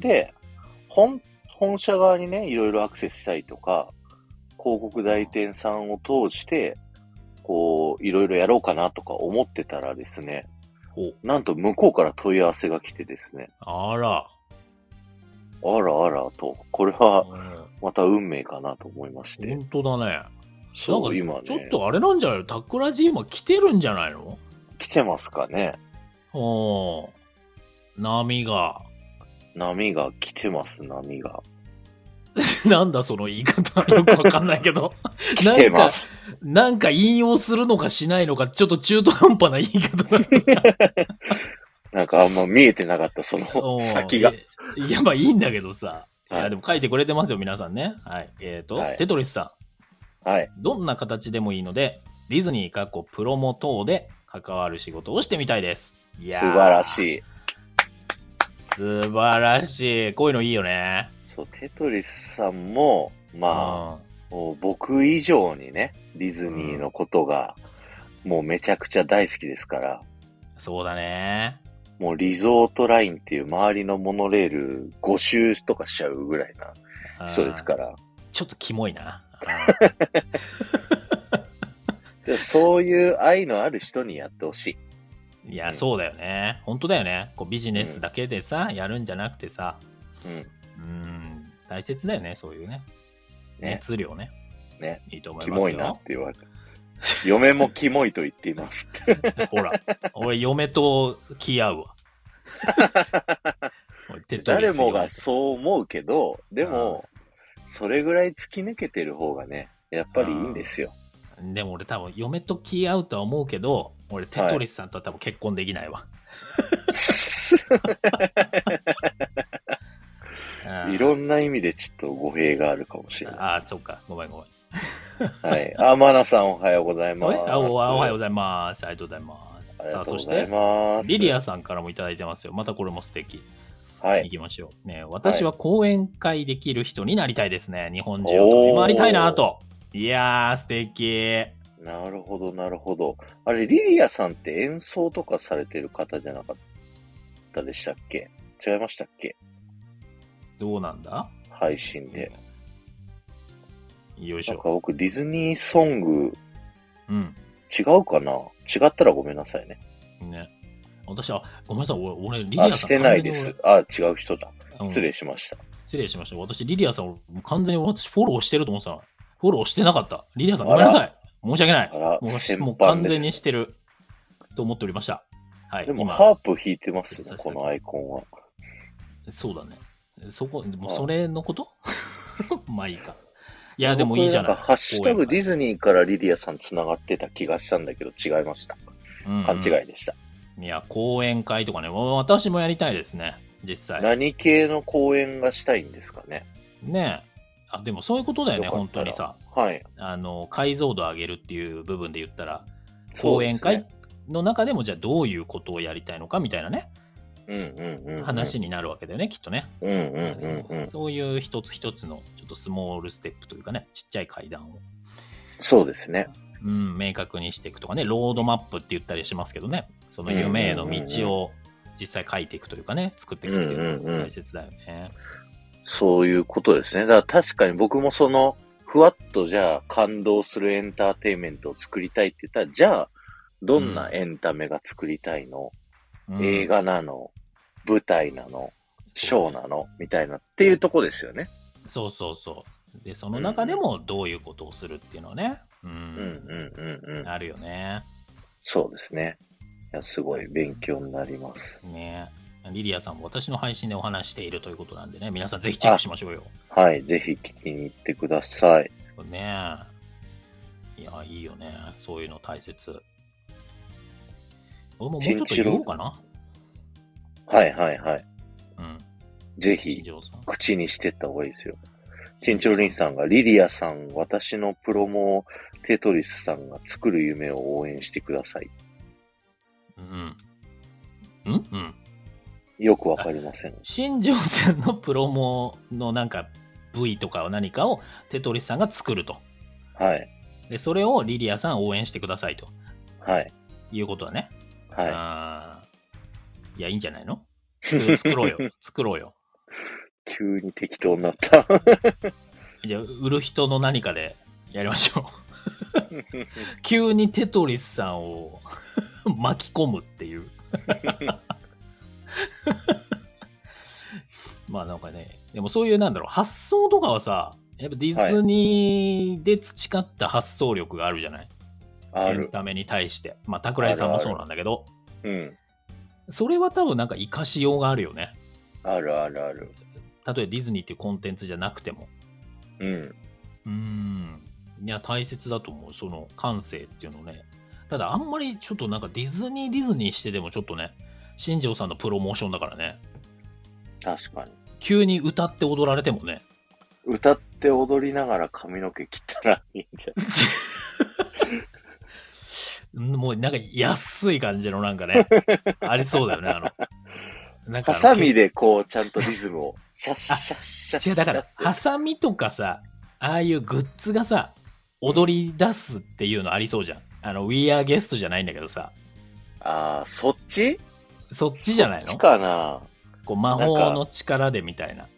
S1: で、本、本社側にね、いろいろアクセスしたりとか、広告代理店さんを通して、こう、いろいろやろうかなとか思ってたらですね、
S2: う。ほう。
S1: なんと向こうから問い合わせが来てですね、
S2: あら。
S1: あらあらと、これは
S2: うん
S1: また運命かなと思いまして。
S2: 本当だね。なん
S1: そ
S2: か
S1: う、今ね。
S2: ちょっとあれなんじゃないのタクラジ今来てるんじゃないの
S1: 来てますかね。
S2: おー。波が。
S1: 波が来てます、波が。
S2: なんだその言い方。よくわかんないけど。
S1: 来てます。
S2: なんか引用するのかしないのか、ちょっと中途半端な言い方だ
S1: なんかあんま見えてなかった、そ
S2: お
S1: の
S2: ー
S1: 先が。。
S2: いや、まあいいんだけどさ。い
S1: は
S2: や、
S1: い
S2: でも書いてくれてますよ、皆さんね。はい。えっ、と、
S1: はい
S2: テトリスさ
S1: はい。
S2: ん。どんな形でもいいので、ディズニーかっこプロモ等で関わる仕事をしてみたいです。いや
S1: 素晴ら
S2: い。
S1: しい。
S2: 素晴らしい。こういうのいいよね。
S1: そう、テトリスさんも、まあ、
S2: あ
S1: もう僕以上にね、ディズニーのことが、もうめちゃくちゃ大好きですから、
S2: そうだね。
S1: もうリゾートラインっていう周りのモノレール5周とかしちゃうぐらいな
S2: あー
S1: 人ですから、
S2: ちょっとキモいな。
S1: でもそういう愛のある人にやってほしい。
S2: うんいや、そうだよね。本当だよね。こうビジネスだけでさ、やるんじゃなくてさ、
S1: うん。
S2: うん、大切だよね、そういうね。
S1: ね。
S2: 熱量ね。
S1: ね。
S2: いいと思い
S1: キ
S2: ま
S1: モ
S2: す
S1: いなっ
S2: よ。
S1: て言われた。嫁もキモいと言っていますって。
S2: ほら、俺、嫁と気合う わ。おい テト
S1: 誰
S2: リス言
S1: も
S2: われ
S1: が
S2: て
S1: そう思うけど、でも、それぐらい突き抜けてる方がね、やっぱりいいんですよ。
S2: でも俺多分嫁と気合うとは思うけど、俺テトリスさんとは多分結婚できない わ。あー
S1: いろんな意味でちょっと語弊があるかもしれな
S2: あー、そっか。ごめんごめん。
S1: い。はい。あ、マナさんおはようございます。
S2: あ おおはようご
S1: う
S2: ざいます。ありがとうございます。
S1: あり
S2: さ
S1: が
S2: あ、
S1: とうご
S2: そし
S1: ざい
S2: て、
S1: ます。
S2: リリアさんからもいただいてますよ。またこれも素敵。
S1: はいい。
S2: きましょう。ね、私は講演会できる人になりたいですね。日本中を飛び回りたいなと。いやー、素敵。
S1: なるほど、なるほど。あれ、リリアさんって演奏とかされてる方じゃなかったでしたっけ違いましたっけ
S2: どうなんだ
S1: 配信で。
S2: よいし
S1: なんか
S2: ょ。
S1: 僕、ディズニーソング
S2: うん。
S1: 違うかな違ったらごめんなさいね。
S2: ね。私は、ごめんなさい、俺、俺リリア
S1: あ、
S2: さん
S1: してないで
S2: 完
S1: す。あ、違う人だ。
S2: 全に俺
S1: 失
S2: う
S1: 礼
S2: ん
S1: しました。
S2: 失礼しました。私、リリアさん、俺完全に俺私フォローしてると思ってたの。フォローしてなかった。リリアさん、ごめんなさい。申し訳ない
S1: あ。ら、
S2: もうし
S1: 先
S2: もう
S1: 般
S2: 完
S1: で
S2: 全
S1: す、
S2: にしてると思っておりました。はい。
S1: でも、
S2: 今
S1: ハープ弾いてますね
S2: さ、せて
S1: このアイコンは。
S2: そうだね。そこ、もう
S1: はい
S2: それのこと まあいいか。いや、でもいいじゃない。
S1: 僕んかハッシュタグディ
S2: ズ
S1: ズニーからリリアさん繋がってた気がしたんだけど、違いました。勘違いでした。
S2: い。いや、講演会とかね、もう私もやりたいですね、実際。
S1: 何系の公演がしたいんですかね
S2: ねえ。あでもそういうことだよね、
S1: よかっ
S2: 本
S1: た
S2: 当
S1: ら
S2: にさ。
S1: はい。
S2: あの、解像度上げるっていう部分で言ったら、
S1: そう
S2: 講
S1: ですね
S2: 演会の中でもじゃあどういうことをやりたいのかみたいなね、
S1: うんうんうんうん。
S2: 話になるわけだよね、きっとね。
S1: うんうんう
S2: そ
S1: んうん
S2: う。そういう一つ一つのちょっとスモールステップというかね、ちっちゃい階段を、
S1: そうですね。
S2: うん、明確にしていくとかね、ロードマップって言ったりしますけどね、その夢への道を実際書いていくというかね、作っていくっていうのが大切だよね。
S1: そういうことですね。だから確かに僕もその、ふわっとじゃあ感動するエンターテインメントを作りたいって言ったら、じゃあ、どんなエンタメが作りたいの、
S2: うん
S1: 映画なの舞台なのショーなのみたいなっていうとこですよね。
S2: そうそうそう。で、その中でもどういうことをするっていうのはね、うん、
S1: うんうんうんうん。
S2: あるよね。
S1: そうですね。いや、すごい勉強になります。
S2: ねリリアさんも私の配信でお話しているということなんでね、皆さんぜひチェックしましょうよ。
S1: はい。ぜひ聞きに行ってください。
S2: ねえ。いや、いいよね。そういうの大切。俺ももうちょっと言おうかな。
S1: はいはいはい。
S2: うん。
S1: ぜ
S2: 新
S1: ひ、
S2: 庄さん。
S1: 口にしてった方がいいですよ。チンチロリンさんが、リリアさん、私のプロモをテトリスさんが作る夢を応援してください。
S2: うん。うんうん。
S1: よくわかりません。
S2: 新庄さんのプロモのなんか部位とかを何かをテトリスさんが作ると。
S1: はい。
S2: で、それをリリアさん応援してくださいと
S1: はい。
S2: いうことだね。
S1: は
S2: あーいや、いいんじゃないの作作ろうよ。作ろうよ。
S1: い。急に適当になった。
S2: じゃあ、売る人の何かでやりましょ う。急にテトリスさんを 巻き込むって いう。まあなんかね、でもそういうなんだろう、発想とかはさ、やっぱディズニーで培った発想力があるじゃない、
S1: あ
S2: エン
S1: る。
S2: タメに対して。まあ、桜井さんもそうなんだけど、
S1: うん。
S2: それは多分なんか活かしようがあるよね。
S1: あるあるある。
S2: 例えばディズニーっていうコンテンツじゃなくても。
S1: うん。
S2: うーん。いや、大切だと思う。その感性っていうのね。ただ、あんまりちょっとなんかディズニーディズニーしてでもちょっとね、新庄さんのプロモーションだからね、
S1: 確かに。
S2: 急に歌って踊られてもね、
S1: 歌って踊りながら髪の毛切ったらいいんじゃ ない
S2: もうなんか安い感じのなんか ね、ありそうだよね、あの。なん
S1: ハ
S2: あの
S1: サミでこう、ちゃんとリズムを、シャッシャッシャッシ
S2: 違
S1: ャッ
S2: う、だから、ハサミとかさ、ああいうグッズがさ、踊り出すっていうのありそうじゃん。あの、We Are Guest じゃないんだけどさ、
S1: ああ、そっち
S2: そっちじゃない
S1: そっ
S2: の
S1: ちかな
S2: こう魔法の力でみたいな。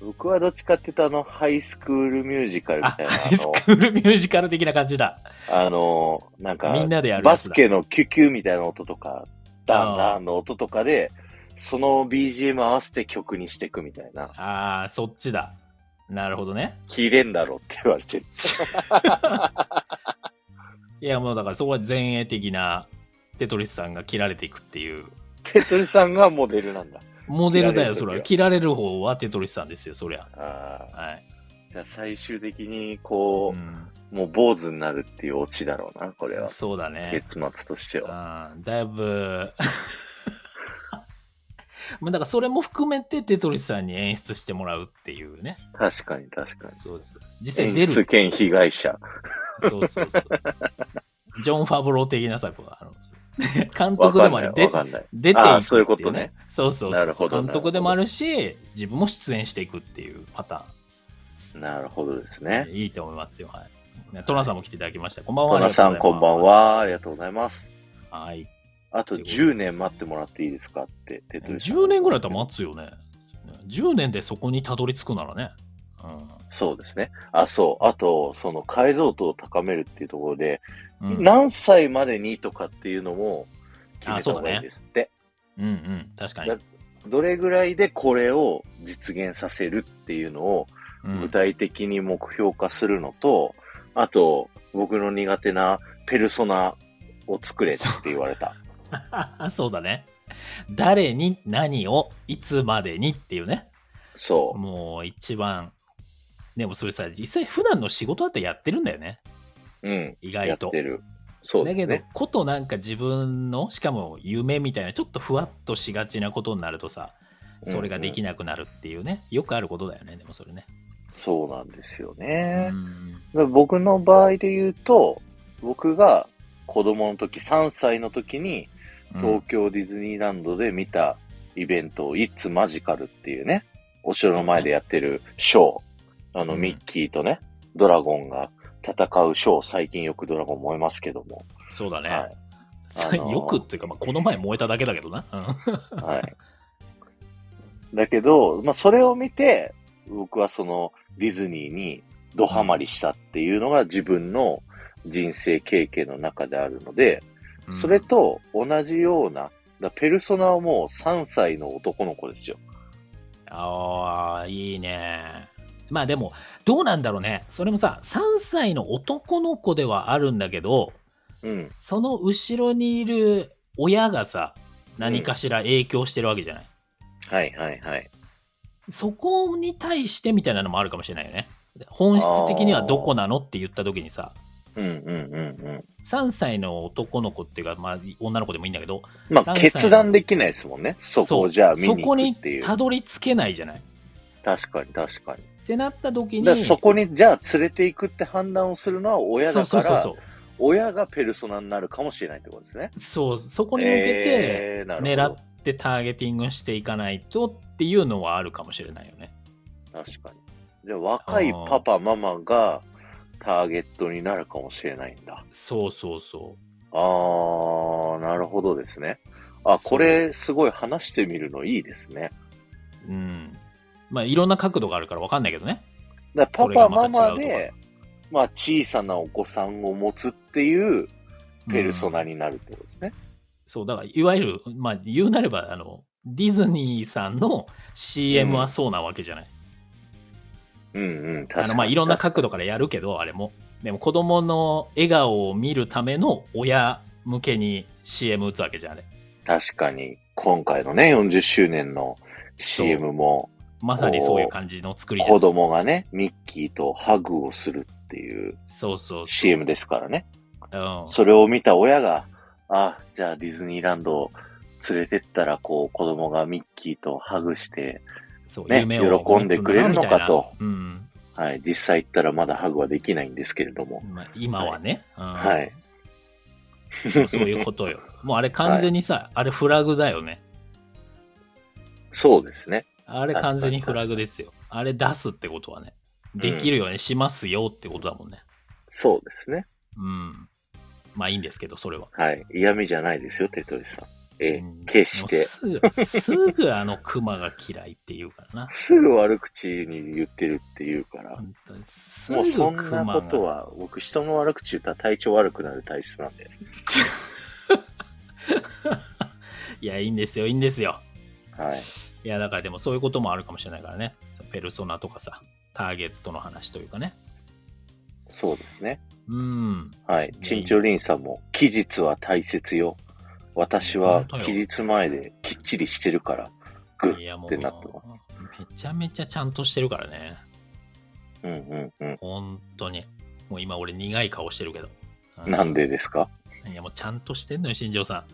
S1: 僕はどっちかっていうと、あの、ハイスクールミュージカルみ
S2: あ、
S1: たい
S2: ハイスクールミュージカル的な感じだ。
S1: な、あの、あのなんか、
S2: みんなでやるや
S1: バ
S2: つ
S1: ス
S2: だ。
S1: ケのキュキュみたいな音とか、ダン
S2: あー
S1: ダンの音とかで、その BGM 合わせて曲にしていくみたいな。
S2: ああ、そっちだ。なるほ どね。
S1: 聞いれんだろって言われてる。
S2: いや、もうだからそこは前衛的なテトリスさんが切られていくっていう。
S1: テトリさんがモデルなんだ。
S2: モデルだよ、
S1: 切
S2: そ
S1: られる時は
S2: れは。切られる方はテトリスさんですよ、そりゃ。
S1: ああ。
S2: はい。
S1: じゃあ最終的に、こ
S2: うん
S1: う、もう坊主になるっていうオチだろうな、これは。
S2: そうだね。
S1: 結末としては。
S2: うん、だいぶ。 まあだからそれも含めてテトリスさんに演出してもらうっていうね。
S1: 確かに確かに。
S2: そうです。実際
S1: 演
S2: 出る
S1: 出兼被害者。
S2: そうそうそう。 ジョン・ファブロー的なさ、こうあの監督でもあり
S1: わかんない
S2: 出
S1: わかんない。
S2: 出ていくって
S1: あ
S2: い
S1: あそういうことね。
S2: そうそう
S1: な
S2: そ
S1: る
S2: う
S1: ほど
S2: 監督でもあるし、自分も出演していくっていうパタ
S1: なるほどです
S2: ーン。
S1: ね。
S2: いいと思いますよ。はいね。トナさんも来ていただきました。こんばんは。
S1: トナさん、こんばんは。ありがとうございます。
S2: あり
S1: あと10年待ってもらっていいですかって、テト
S2: がとうござい
S1: リ
S2: ます。
S1: さん
S2: はい。10年ぐらいだったら待つよね。10年でそこにたどり着くならね。
S1: そうですね。あ、そう。あと、その解像度を高めるっていうところで、
S2: うん。うん、
S1: 何歳までにとかっていうのも決め
S2: あそ
S1: た
S2: う
S1: 方
S2: だ
S1: が
S2: ね
S1: いいですって。
S2: うんうん。確かに
S1: だ。どれぐらいでこれを実現させるっていうのを
S2: うん
S1: 具体的に目標化するのと、あと、僕の苦手なペルソナを作れって言われた。
S2: そうだね。誰に何をいつまでにっていうね。
S1: そう。
S2: もう一番。でもそれさ、実際普段の仕事だってやってるんだよね。
S1: うん。
S2: 意
S1: や
S2: 外
S1: っ
S2: と。
S1: てる。そう
S2: だ
S1: で
S2: け
S1: す
S2: ど
S1: ね。、
S2: ことなんか自分の、しかも夢みたいな、ちょっとふわっとしがちなことになるとさ、それができなくなるっていうね、よくあることだよね、でもそれね。
S1: そうなんですよ
S2: う
S1: ね。
S2: ん
S1: だから僕の場合で言うと、僕が子供の時、3歳の時に、東京ディズニーランドで見たイベントを、It's Magical っていうね、お城の前でやってるショー。あの、
S2: うん
S1: ミッキーとね、ドラゴンが戦うショー、最近よくドラゴン燃えますけども。
S2: そうだね。
S1: はい
S2: さ
S1: あのー
S2: よくっていうか、まあ、この前燃えただけだけどな。うん
S1: はい。だけど、まあ、それを見て、僕はそのディズニーにドハマりしたっていうのが自分の人生経験の中であるので、 それ、と同じような、だペルソナはもう3歳の男の子ですよ。
S2: ああ、いいね。まあでも、どうなんだろうね。それもさ、3歳の男の子ではあるんだけど、
S1: うん。
S2: その後ろにいる親がさ、何かしら影響してるわけじゃない。
S1: はいはいはい。
S2: そこに対してみたいなのもあるかもしれないよね。本質的にはどこなのって言った時にさ、
S1: うんうんうんうん。
S2: 3歳の男の子っていうか、まあ、女の子でもいいんだけど、
S1: ま
S2: 三
S1: あ、
S2: 歳
S1: 決断できないですもんね。そこ
S2: そ
S1: を
S2: う
S1: じゃあ見に行くっていう。
S2: そこにたどり着けないじゃない。っ
S1: 確かに確かに。
S2: てなった時
S1: だ
S2: に、
S1: からそこにじゃあ連れていくって判断をするのは親だか
S2: そうそうそう
S1: ら
S2: そ、
S1: 親がペルソナになるかもしれないってことですね。
S2: うそう、そこに向けて
S1: えーなる
S2: 狙
S1: ほ
S2: ってターゲティングしていかないとっていうのはあるかもしれないよね。
S1: ど確かに。じゃあ若いパパ、ママがターゲットになるかもしれないんだ。
S2: そうそうそ
S1: あー、なるほどですね。あ、
S2: そう
S1: これすごい話してみるのいいですね。
S2: う。うん。まあ、いろんな角度があるから分かんないけどね。
S1: だか
S2: それ
S1: らパパ、
S2: がま
S1: マ
S2: た
S1: マ
S2: 違うとこ
S1: で、まあ小さなお子さんを持つっていうペルソ
S2: うん
S1: ナになるってことですね。
S2: そう、だから、いわゆる、まあ、言うなれば、あの、ディズニーさんの CM はそうなわけじゃない。
S1: うんうん、確か
S2: あ
S1: に。
S2: の、まあ、いろんな角度からやるけど、あれも。でも、子供の笑顔を見るための親向けに CM 打つわけじゃん、あれ。
S1: 確かに、今回のね、40周年の CM も、
S2: まさにそういう感じの作りじゃ
S1: 子
S2: ん。
S1: 供がね、ミッキーとハグをするっていう
S2: そうそうそう。
S1: CM ですからね。
S2: うん。
S1: それを見た親が、あ、じゃあディズニーランド連れてったら、こう、子供がミッキーとハグして、
S2: そう、
S1: ね
S2: 夢を
S1: 喜んでくれるのかと
S2: 持つん
S1: はい、実際行ったらまだハグはできないんですけれど
S2: だな。みたいなう
S1: も。
S2: ん。まあ、今はね。
S1: は。。
S2: はいそういうことよ。もう、あれ完全にさ、あれフラグだよね。
S1: そうですね。
S2: あれ完全にフラグですよ。あれ出すってことはね、できるようにしますよってことだもんね。
S1: そうですね。
S2: うん。まあいいんですけど、それは。
S1: はい。嫌味じゃないですよ、テトリさん。ええ
S2: うん
S1: 決して。
S2: でもすぐ、すぐあの熊が嫌いって言うからな。
S1: すぐ悪口に言ってるっていうから。
S2: 本当にす
S1: もう
S2: ぐ
S1: そ
S2: 熊
S1: ん
S2: が。
S1: なことは、僕人の悪口言ったら体調悪くなる体質なんで。
S2: いや、いいんですよ、いいんですよ。
S1: はい。
S2: いや、だからでもそういうこともあるかもしれないからね。そのペルソナとかさ、ターゲットの話というかね。
S1: そうですね。
S2: うん。
S1: はい。
S2: ね
S1: チンチョリンさんも、期日は大切よ。私は
S2: 本当よ
S1: 期日前できっちりしてるから、グ
S2: い
S1: ッ。
S2: や、も
S1: てなってま
S2: めちゃめちゃちゃんとしてるからね。
S1: うんうん
S2: 本当に。もう今俺苦い顔してるけど。
S1: う。
S2: うん
S1: なんでですか
S2: いやもうちゃんとしてんのよ、新庄さ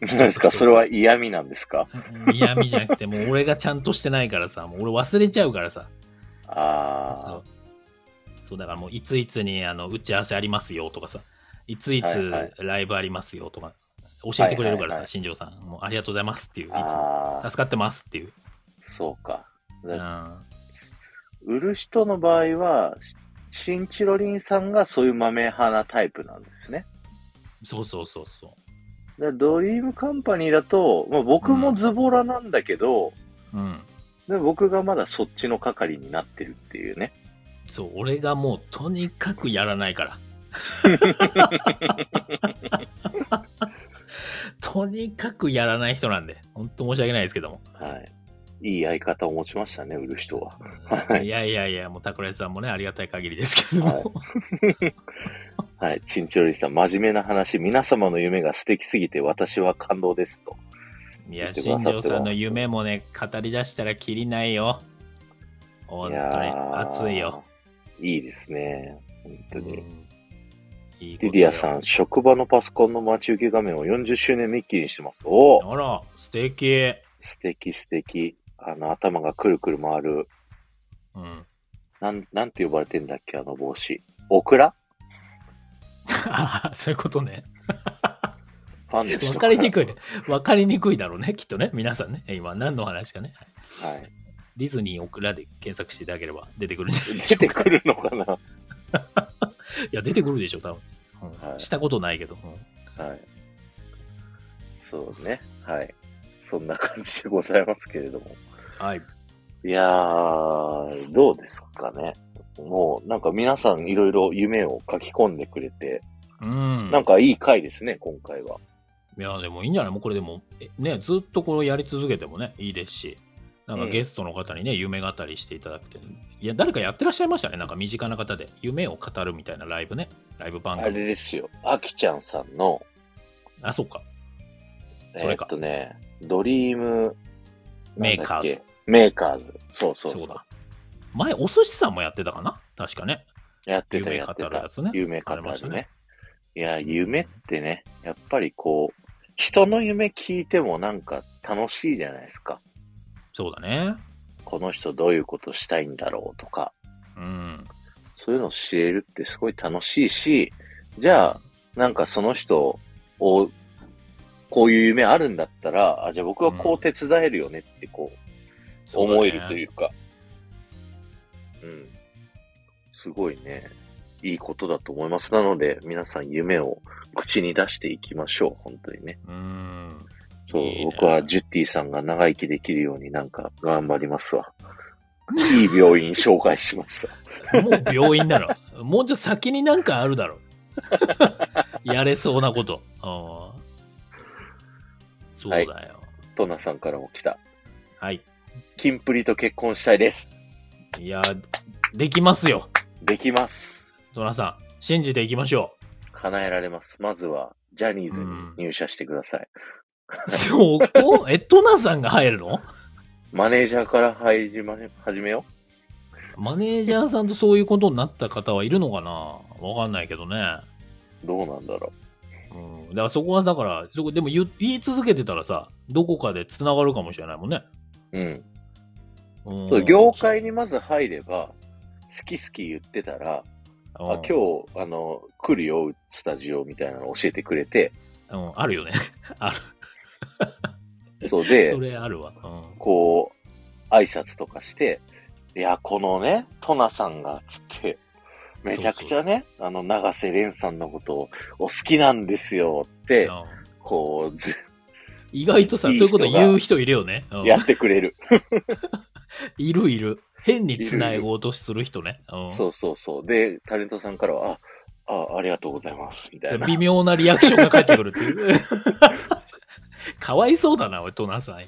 S1: 何ですか それは嫌味なんですか
S2: ん。嫌味じゃなくて、もう俺がちゃんとしてないからさ、もう俺忘れちゃうからさ。
S1: あ
S2: そ
S1: あ
S2: う。。そうだからもういついつにあの打ち合わせありますよとかさ、いつい
S1: はい
S2: つ
S1: はい
S2: ライブありますよとか、教えてくれるか
S1: はいはい
S2: ら
S1: は
S2: さ、
S1: い
S2: 新庄さん。もうありがとうございますっていう。いつも
S1: ああ、
S2: 助かってますっていう。
S1: そうか。
S2: うん。
S1: だ
S2: あ
S1: 売る人の場合は、チンチロリンさんがそういう豆派なタイプなんですね。
S2: そうそうそうそ
S1: だからドリームカンパニーだと、まあ、僕もズボラなんだけど、
S2: う。うん。
S1: で僕がまだそっちの係になってるっていうね。
S2: そう、俺がもうとにかくやらな いから。とにかくやらない人なんで、本当申し訳ないですけども。
S1: はい。いい相方を持ちましたね、売る人は。
S2: いやいやいや、もう桜井さんもね、ありがたい限りですけど
S1: はい
S2: も。
S1: はい。チンチロリンさん、真面目な話、皆様の夢が素敵すぎて私は感動ですと。
S2: い、や、新庄さんの夢もね、語り出したらきりないよ。本
S1: や
S2: 当に
S1: ー
S2: 熱いよ。。
S1: いいですね。本当に。
S2: うんいいこ
S1: リ
S2: と
S1: デ
S2: よ
S1: ィアさん、職場のパソコンの待ち受け画面を40周年ミッキーにしてます。おお
S2: あら、素敵。
S1: 素敵素敵。あの、頭がくるくる回る。
S2: うん。
S1: なん、なんて呼ばれてんだっけ、あの帽子。オクラ
S2: ああ、そういうことね。
S1: ファンの人
S2: わかりに
S1: い。
S2: くいね。わかりにくいだろうね、きっとね。皆さんね。今、何の話かね。はい
S1: はい。
S2: ディズニーオクラで検索していただければ出てくるんじゃない でし
S1: 出
S2: ょう
S1: て
S2: か。
S1: くるのかな
S2: いや、出てくるでしょ、多分。うん
S1: はい
S2: したことないけど。うん
S1: はい。そうね。はい。そんな感じでございますけれども。
S2: はい。
S1: いやー、どうですかね。もう、なんか皆さんいろいろ夢を書き込んでくれて、
S2: うん。
S1: なんかいい回ですね、今回は。
S2: いや、でもいいんじゃないもうこれでも、えね、ずっとこれやり続けてもね、いいですし、なんか
S1: うん
S2: ゲストの方にね、夢語りしていただくって、いや、誰かやってらっしゃいましたね、なんか身近な方で、夢を語るみたいなライブね、ライブ番
S1: あ
S2: 組。
S1: れですよ、あきちゃんさんの、
S2: あそうか。
S1: え
S2: それか
S1: ーっとね、ドリーム、
S2: メーカーズ
S1: なんだっけ。メーカーズ。そうそう
S2: そう
S1: そう。
S2: だ。前、お寿司さんもやってたかな確かね。
S1: やってた、
S2: 夢
S1: や
S2: 語
S1: って
S2: る
S1: た
S2: や。つね。
S1: 夢語
S2: ありました
S1: るね
S2: ね。
S1: いや、夢ってね、やっぱりこう、人の夢聞いてもなんか楽しいじゃないですか。
S2: そうだね。
S1: この人どういうことしたいんだろうとか、
S2: うん。
S1: そういうのを知れるってすごい楽しいし、じゃあ、なんかその人を、こういう夢あるんだったら、あ、じゃあ僕はこう手伝えるよねってこう、
S2: そうだね
S1: 思えるというか。うん。すごいね、いいことだと思います。なので、皆さん夢を口に出していきましょう。本当にね。
S2: うん。
S1: そう、
S2: いいね
S1: 僕はジュッティさんが長生きできるようになんか頑張りますわ。いい病院紹介しますわ。
S2: もう病院だろ。 もうじゃ先になんかあるだろ。 やれそうなこと。あーそうだよ。
S1: トナさんからも来た。
S2: はい。
S1: キンプリと結婚したいです。
S2: い、や、できますよ。
S1: できます。
S2: ドラさん、信じていきましょ
S1: 叶えられます。まずは、ジャニーズに入社してください。
S2: う。そこえ、トナさんが入るの
S1: マネージャーから入りま、始めよ
S2: マネージャーさんとそういうことになった方はいるのかなわかんないけどね。
S1: う。どうなんだろう。
S2: うん。だからそこは、だから、そこ、でも言言い続けてたらさ、どこかで繋がるかもしれないもんね。
S1: うん。
S2: うん
S1: そう業界にまず入れば、好き好き言ってたら、
S2: うん
S1: あ今日、あの、来るよ、スタジオみたいなの教えてくれて、
S2: うん、あるよね。ある。
S1: そうで
S2: そ、れあるわ。うん。
S1: こう、挨拶とかして、いや、このね、トナさんが、つって、めちゃくちゃね、あの、永瀬廉さんのことをお好きなんですよって、
S2: うん
S1: こう、ず
S2: 意外とさ、
S1: いい
S2: そうい
S1: 人
S2: うこと言う人いるよね。うん
S1: やってくれる。
S2: いるいる。変につなごうとする人ね。うん
S1: そうそうそう。で、タレントさんからは、あ、あ、ありがとうございます、みたいな。
S2: 微妙なリアクションが返ってくるっていう。 かわいそうだな、おい、トナさん。
S1: い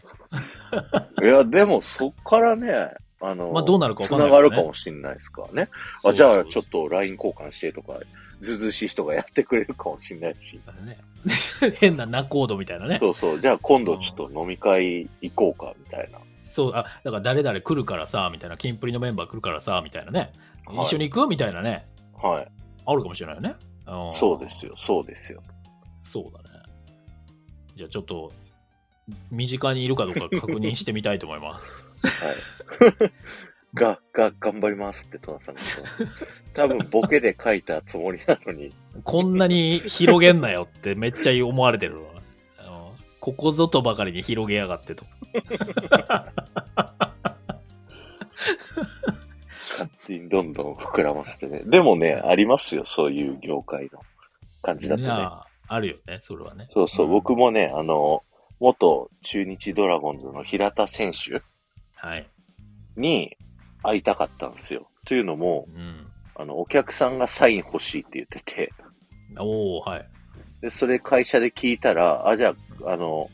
S1: や、でも、そっからね、あの、
S2: まあどうなるかわかんない
S1: 繋
S2: か
S1: が
S2: らね
S1: るかもしれないですからね。
S2: そうそう
S1: あ、じゃあ、ちょっと LINE 交換してとか、ずうずうしい人がやってくれるかもしれないし。
S2: ね 変なナコードみたいなね。
S1: そうそう。じゃあ、今度ちょっと飲み会行こうか、みたいな。
S2: そう、あ、だから誰々来るからさ、みたいな、キンプリのメンバー来るからさ、みたいなね。
S1: はい
S2: 一緒に行くみたいなね。
S1: はい。
S2: あるかもしれないよね。ん
S1: そうですよ。そうですよ。
S2: そうだね。じゃあちょっと、身近にいるかどうか確認してみたいと思います。
S1: が、が、頑張りますって、トナさ んが言ってます。多分、ボケで書いたつもりなのに、
S2: こんなに広げんなよってめっちゃ思われてるわ。あのここぞとばかりに広げやがってと。
S1: 勝手にどんどん膨らませてね。でもね、ありますよ。そういう業界の感じだと
S2: い
S1: ね。
S2: やあるよね、それはね。
S1: そうそう、
S2: ん
S1: 僕もね、あの、元中日ドラゴンズの平田選手
S2: はい。
S1: に会いたかったんですよ。というのも
S2: う、ん。
S1: あの、お客さんがサイン欲しいって言ってて、
S2: おおはい。
S1: で、それ会社で聞いたら、あ、じゃあ、あの、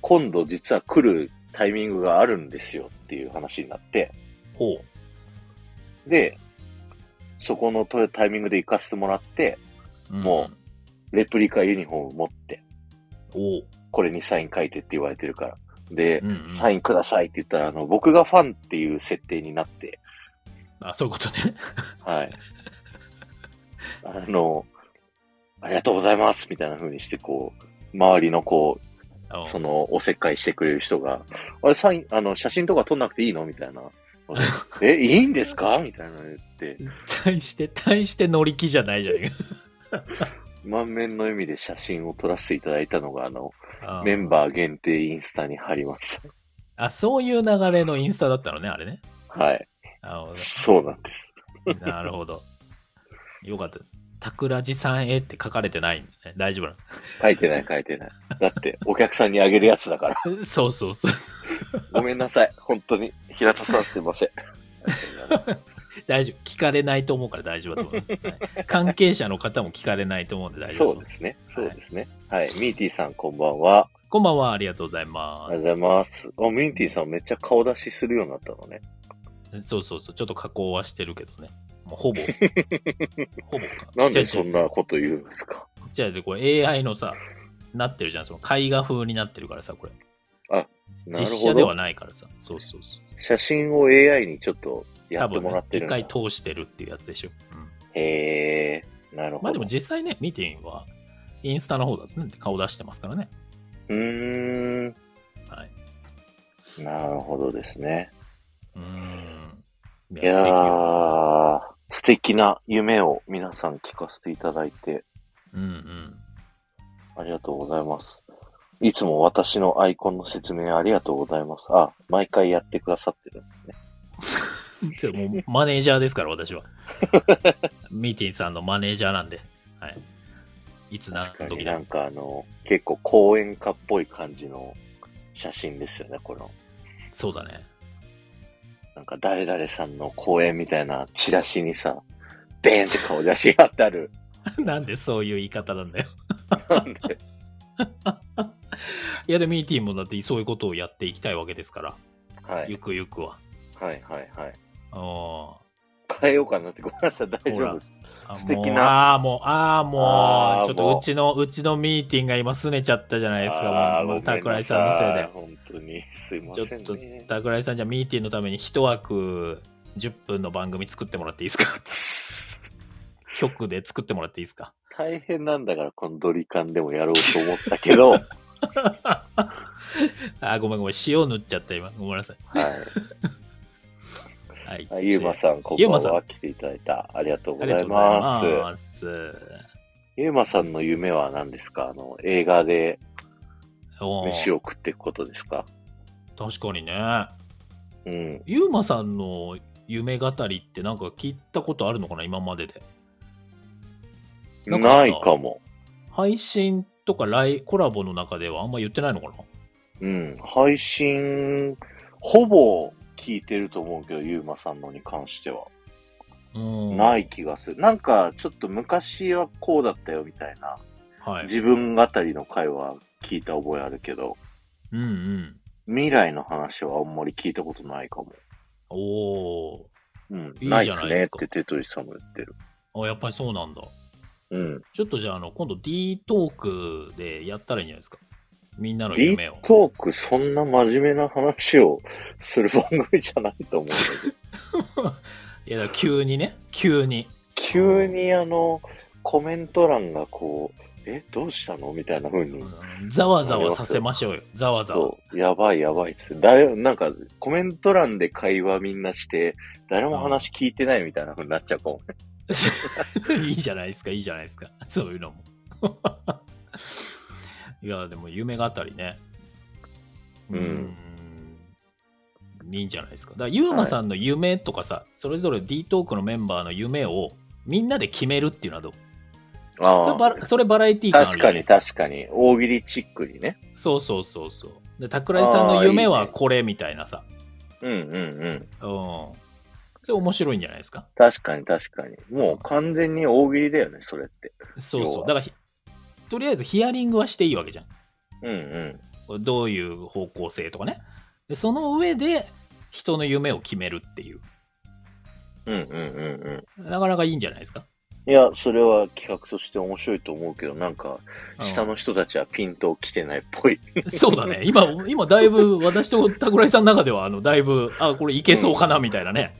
S1: 今度実は来るタイミングがあるんですよっていう話になって、
S2: ほう。
S1: で、そこのとタイミングで行かせてもらって、
S2: うん
S1: もレプリカユニフォーム持って、
S2: う。おう
S1: これにサイン書いてって言われてるから。で、
S2: うんうん
S1: サインくださいって言ったら、あの、僕がファンっていう設定になって、
S2: あ、そういうことね。
S1: はい。あの、ありがとうございますみたいな風にして、こう、周りのこ
S2: あ
S1: う、
S2: の
S1: その、おせっかいしてくれる人が、あれ、サイン、あの、写真とか撮んなくていいのみたいなえ、いいんですかみたいなの言って、
S2: 対して、対して乗り気じゃないじゃね
S1: 満面の笑みで写真を撮らせていただいたのが、あの、
S2: えか。
S1: メン
S2: ー。
S1: バー限定インスタに貼りまし
S2: あ、そういう流れのインスタだったのね、あれね。
S1: た。はい。
S2: なるほ
S1: そうなんです。
S2: ど。なるほど。よかった。桜地さんへって書かれてない、ね。大丈夫な
S1: 書いてない書いてない。だって、お客さんにあげるやつだから。
S2: の。 そうそうそう。
S1: ごめんなさい。本当に。平田さんすいま せん。
S2: 大丈夫。聞かれないと思うから大丈夫だと思います。はい関係者の方も聞かれないと思うんで大丈夫
S1: そ
S2: だと
S1: う
S2: 思い
S1: で
S2: ます。
S1: すね。そうですね。はい。ミーティーさんこんばんは。
S2: こんばんは、ありがとうございます。
S1: ありがとうございます。あ、ミーティーさんめっちゃ顔出しするようになったのね。
S2: そうそうそう、ちょっと加工はしてるけどね。もう ほぼ。ほぼか。
S1: なん
S2: 違う
S1: でそんなこと言うんですか
S2: 違う違う違うこれ AI のさ、なってるじゃん。その絵画風になってるからさ、これ。
S1: なる
S2: 実
S1: ほ
S2: 写では
S1: ど。
S2: ないからさ。そうそうそう。
S1: 写真を AI にちょっとやっ
S2: 多
S1: て
S2: 分ね
S1: もらってる
S2: 一
S1: んだ。
S2: 回通してるっていうやつでしょ。うん
S1: へー。なる
S2: ま
S1: ほ
S2: あで
S1: ど。
S2: も実際ね、ミーティングは、インスタの方だとね、顔出してますからね。
S1: うーん。
S2: はい。
S1: なるほどですね。
S2: うーん。い
S1: いやー、素敵な夢を皆さん聞かせていただいて、
S2: 素敵ようんうん。
S1: ありがとうございます。いつも私のアイコンの説明ありがとうございます。あ、毎回やってくださってるんですね。
S2: ちょもうマネージャーですから、私は。 ミーティンさんのマネージャーなんで。はい。いつ何
S1: 確かに
S2: 時
S1: な
S2: だ
S1: んかあの、結構公園家っぽい感じの写真ですよね、この。
S2: そうだね。
S1: なんか誰々さんの公園みたいなチラシにさ、ベーンって顔写真貼ってあ る。
S2: なんでそういう言い方なんだよ。
S1: なんで
S2: いや、でもミーティンもだってそういうことをやっていきたいわけですから、
S1: は
S2: ゆ
S1: い。
S2: くゆくは。
S1: はいはいはい。
S2: あ
S1: 変えようかなってごめんなさい、大丈夫です。
S2: あ
S1: 素敵
S2: ああ、もう、ああ、もう、
S1: あ
S2: あ
S1: ー
S2: ーもうちょっ
S1: もう
S2: とうちの、うちのミーティンが今拗ねちゃったじゃないですか、もう、桜井さんのせいで。
S1: 本当に。すいま
S2: ち
S1: せ
S2: ょ
S1: ん、ね。
S2: っと、桜井さん、じゃあミーティンのために一枠10分の番組作ってもらっていいです か局で作ってもらっていいですか
S1: 大変なんだから、このドリカンでもやろうと思ったけ ど、はい。
S2: あーごめんごめん、塩塗っちゃった今。ごめんなさい。はい。
S1: あゆうまさん、こん
S2: ゆう
S1: ば
S2: ま
S1: ん
S2: さん
S1: は。来ていただいた。ありがとう
S2: あ
S1: ご
S2: り
S1: ざ
S2: が
S1: い
S2: とうござい
S1: ます。
S2: ます。
S1: ゆうまさんの夢は何ですかあの、映画で
S2: おー
S1: 飯を食っていくことですか
S2: 確かにね。
S1: うん。
S2: ゆうまさんの夢語りってなんか聞いたことあるのかな今までで。なんかあった
S1: ないかも。
S2: 配信とかライコラボの中ではあんま言ってないのかな
S1: うん。配信、ほぼ聞いてると思うけど、ゆうまさんのに関しては。
S2: うん。
S1: ない。気がする。なんか、ちょっと昔はこうだったよ、みたいな。
S2: はい。
S1: 自分語りの会は聞いた覚えあるけど、
S2: うんうん。
S1: 未来の話はあんまり聞いたことないかも。
S2: お
S1: うん。
S2: いいじゃ
S1: な
S2: ない
S1: い
S2: で
S1: っ
S2: す
S1: す
S2: か
S1: ねって、テトリスさんも言ってる。
S2: ーあ。やっぱりそうなんだ。
S1: うん。
S2: ちょっとじゃあ、あの、今度 D トークでやったらいいんじゃないですかみんなの
S1: D
S2: 夢を。
S1: トーク、そんな真面目な話をする番組じゃないと思うんだけど。
S2: いや、だから急にね。急に。
S1: 急にあの、コメント欄がこう、え、どうしたのみたいな風に、
S2: うんざわざわさせましょうよ。ざわざわ。
S1: そう、やばいやばいっつって、誰、なんか、コメント欄で会話みんなして、誰も話聞いてないみたいな風になっちゃうかも。
S2: いいじゃないですか、いいじゃないですか。そういうのも。 いや、でも夢があたりね。
S1: うん
S2: うーん。いいんじゃないですか。だから、ゆうまさんの夢とかさ、それぞれ D トークのメンバーの夢をみんなで決めるっていうのはどう
S1: あ
S2: それバラそれバラエティー感ある
S1: 確
S2: じゃな
S1: か
S2: いで
S1: に
S2: すか。
S1: 確かに、大喜利チックにね。
S2: そうそうそうそう。で、桜井さんの夢はこれみたいなさ。
S1: うんうんうん。
S2: うん。それ面白いんじゃないですか。
S1: 確かに確かに。もう完全に大喜利だよね、それって。
S2: そう
S1: 要
S2: そう。
S1: は
S2: だからひ、とりあえずヒアリングはしていいわけじゃん。
S1: うんうん。
S2: どういう方向性とかね。でその上で人の夢を決めるっていう。
S1: うんうんうんうん。
S2: なかなかいいんじゃない ですか。
S1: いや、それは企画として面白いと思うけど、なんか、
S2: うん
S1: 下の人たちはピントを来てないっぽい。
S2: そうだね。今、今だいぶ私と桜井さんの中では、あの、だいぶ、あ、これいけそうかなみたいなね、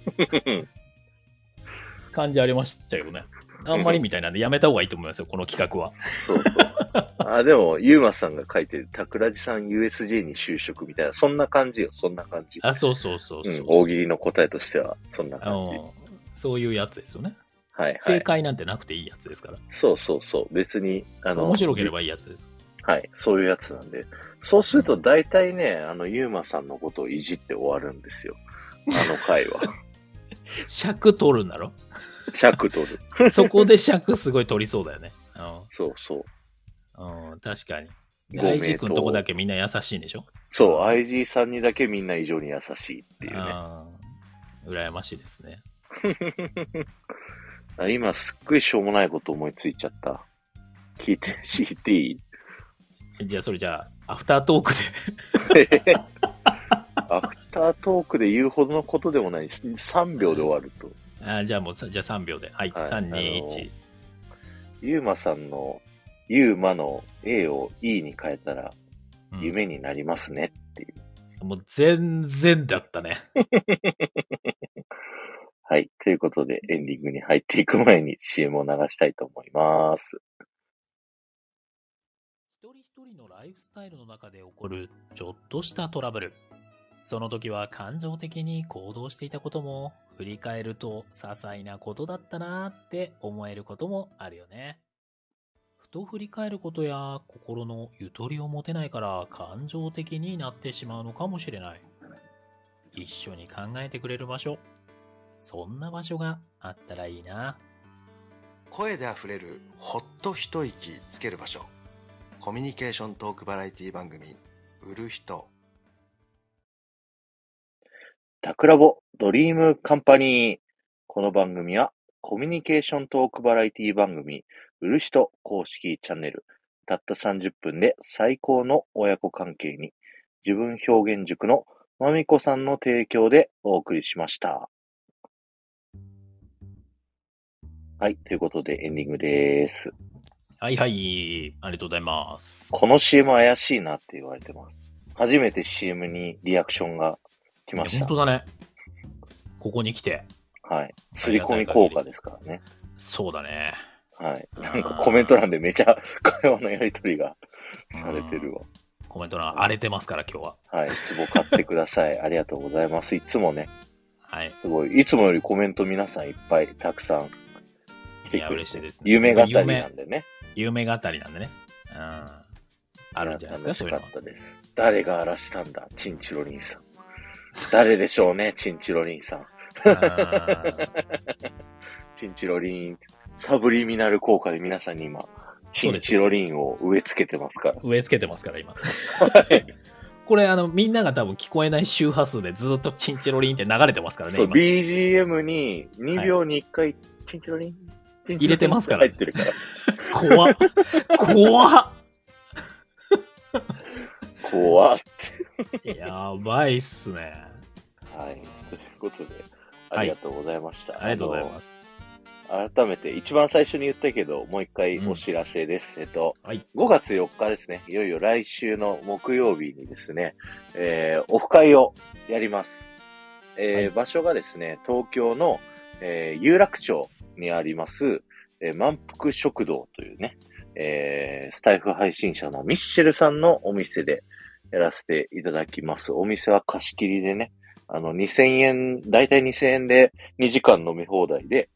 S2: 感じありましたけどね。あんまりみたいなんでやめた方がいいと思いますよ、この企画は。
S1: そうそう。あ、でも、ユーマさんが書いてる、桜地さん USJ に就職みたいな、そんな感じよ、そんな感じ。
S2: あ、そうそうそうそうう。
S1: ん、大喜利の答えとしては、そんな
S2: あ
S1: 感じ。
S2: のそういうやつですよね。
S1: はいは
S2: 正
S1: い。
S2: 解なんてなくていいやつですから。
S1: そうそうそう。別に、あの、
S2: 面白ければいいやつです。
S1: はい、そういうやつなんで。そうすると大体ね、あの、ユーマさんのことをいじって終わるんですよ。あの回 は。
S2: 尺取るんだろ
S1: 尺取る。
S2: そこで尺すごい取りそうだよね。
S1: そうそう。
S2: うん、うん、確かに。
S1: ご名答
S2: 大地君とこだけみんな優しいんでしょ
S1: そう、IG さんにだけみんな異常に優しいっていうね。
S2: あー羨ましいですね。
S1: あ今すっごいしょうもないこと思いついちゃった。聞いて、 聞いてい い
S2: じゃあ、それじゃあ、アフタートークで。
S1: アフタートークで言うほどのことでもない。3秒で終わると。
S2: あーじゃあもうさ、じゃあ3秒で。はい、
S1: はい
S2: 3、2、
S1: あの
S2: 1。
S1: ユーマさんの、ユーマの A を E に変えたら
S2: うん
S1: 夢になりますね。
S2: もう全然だったね。
S1: はい。ということで、エンディングに入っていく前に CM を流したいと思います。
S2: 一人一人のライフスタイルの中で起こるちょっとしたトラブル。その時は感情的に行動していたことも、振り返ると些細なことだったなーって思えることもあるよね。ふと振り返ることや心のゆとりを持てないから感情的になってしまうのかもしれない。一緒に考えてくれる場所。そんな場所があったらいいな。
S3: 声であふれるほっと一息つける場所コミュニケーショントークバラエティ番組「売る人
S1: タクラボドリームカンパニー。この番組はコミュニケーショントークバラエティ番組売る人公式チャンネル。たった30分で最高の親子関係に自分表現塾のまみこさんの提供でお送りしました。はい。ということでエンディングです。
S2: はいはい、ありがとうございます。
S1: この CM 怪しいなって言われてます。初めて CM にリアクションが来ま
S2: い
S1: し
S2: や
S1: た。
S2: 本当だね。ここに来て。
S1: はい。刷り込み効果ですからね。
S2: そうだね。
S1: はい。
S2: あー
S1: なんかコメント欄でめちゃ 会話のやりとりがされてるわ。
S2: コメント欄荒れてますから、今日は。
S1: はい。壺買ってください。あり がとうございます。いつもね、
S2: はい。
S1: すごい。いつもよりコメント皆さんいっぱいたくさん来てくれ
S2: いや
S1: て
S2: 嬉しいですね
S1: 夢語りなん
S2: 夢
S1: でね。
S2: 有名語りなんでね。うん。あるんじゃないですか、
S1: や
S2: そういう
S1: 楽
S2: のは
S1: し。かったです。誰が荒らしたんだチンチロリンさん。誰でしょうね、 チンチロリンさん。
S2: うん
S1: チンチロリン、サブリミナル効果で皆さんに今、チ
S2: そう
S1: ン
S2: です
S1: チロリンを植え付けてますから。
S2: 植え付けてますから、今。これ、あの、みんなが多分聞こえない周波数でずっとチンチロリンって流れてますからね、
S1: そう、
S2: 今。
S1: BGM に2秒に1回、チンチロリン、チンチロリン
S2: 入れてますから
S1: 入ってるから。
S2: 怖っ。怖っ。
S1: 怖っ。
S2: やばいっすね。
S1: はい。ということで、
S2: はい
S1: ありがとうございました。
S2: ありがとうございます。
S1: あの改めて、一番最初に言ったけど、もう一回お知らせです。えっと、
S2: はい
S1: 5月4日ですね、いよいよ来週の木曜日にですね、えーオフ会をやります。えー
S2: はい
S1: 場所がですね、東京の、えー有楽町にあります、えー満腹食堂というね、えースタイフ配信者のミッシェルさんのお店でやらせていただきます。お店は貸し切りでね、あの、2000円、だいたい2000円で2時間飲み放題で、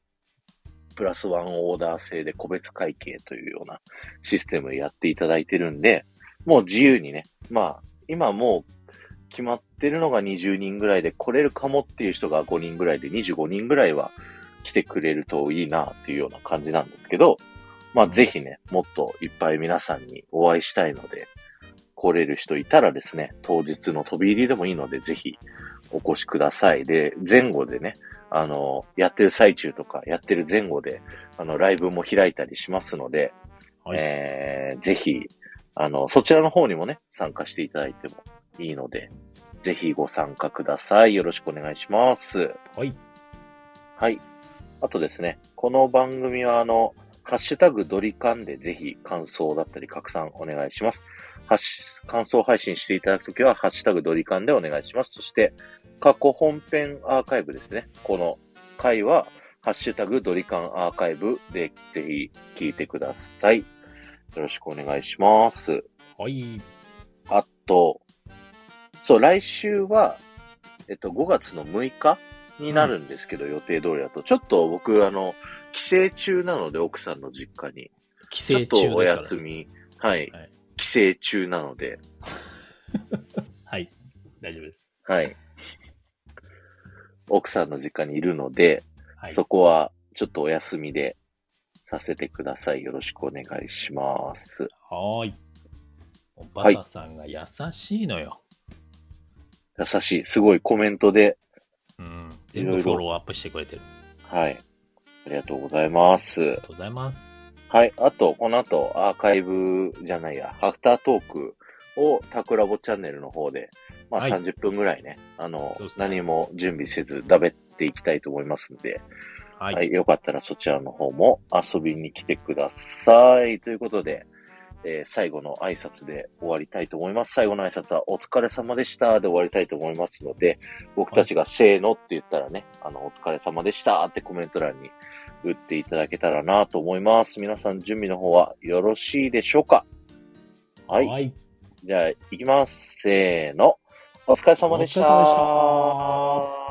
S1: プラスワンオーダー制で個別会計というようなシステムやっていただいてるんで、もう自由にね、まあ、今もう決まってるのが20人ぐらいで来れるかもっていう人が5人ぐらいで25人ぐらいは来てくれるといいなっていうような感じなんですけど、まあぜひね、もっといっぱい皆さんにお会いしたいので、来れる人いたらですね、当日の飛び入りでもいいので、ぜひお越しください。で、前後でね、あの、やってる最中とか、やってる前後で、あの、ライブも開いたりしますので、
S2: はい
S1: えーぜひ、あの、そちらの方にもね、参加していただいてもいいので、ぜひご参加ください。よろしくお願いします。
S2: はい。
S1: はい。あとですね、この番組はあの、ハッシュタグドリカンでぜひ感想だったり拡散お願いします。ハッシュ、感想配信していただくときは、ハッシュタグドリカンでお願いします。そして、過去本編アーカイブですね。この回は、ハッシュタグドリカンアーカイブでぜひ聞いてください。よろしくお願いします。
S2: はい。
S1: あと、そう、来週は、えっと、5月の6日になるんですけど、予定通りだと。ちょっと僕、あの、帰省中なので、奥さんの実家に。
S2: 帰
S1: ちょ
S2: 省
S1: っ
S2: 中
S1: とお
S2: ですから、
S1: 休み。はい
S2: はい。
S1: 帰省中なので。
S2: はい。大丈夫です。
S1: はい。奥さんの実家にいるので、
S2: はい。
S1: そこはちょっとお休みでさせてください。よろしくお願いします。
S2: はーい。バタさんが優しいのよ。
S1: 優しい。すごいコメントで、
S2: うん。全
S1: いろ
S2: 部
S1: いろ
S2: フォローアップしてくれてる。
S1: はい。ありがとうございます
S2: あり。がとうございます。
S1: はい。あと、この後、アーカイブじゃないや、アフタートークをタクラボチャンネルの方で、まあ
S2: はい
S1: 30分ぐらいね、あの、
S2: そうですね
S1: 何も準備せず、だべっていきたいと思いますんで、
S2: はい。
S1: はい、よかったらそちらの方も遊びに来てください。ということで、えー最後の挨拶で終わりたいと思います。最後の挨拶はお疲れ様でしたで終わりたいと思いますので、僕たちがせーのって言ったらね、あの、お疲れ様でしたってコメント欄に打っていただけたらなと思います。皆さん準備の方はよろしいでしょうかはい。
S2: はい。
S1: じゃあ、行きます。せーの。お疲れ様でした。
S2: お疲れ様でした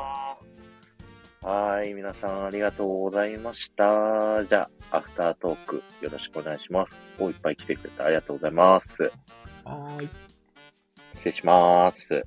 S1: はい、皆さんありがとうございました。じゃあ、アフタートークよろしくお願いします。おいっぱい来てくれてありがとうございます。
S2: はーい。
S1: 失礼します。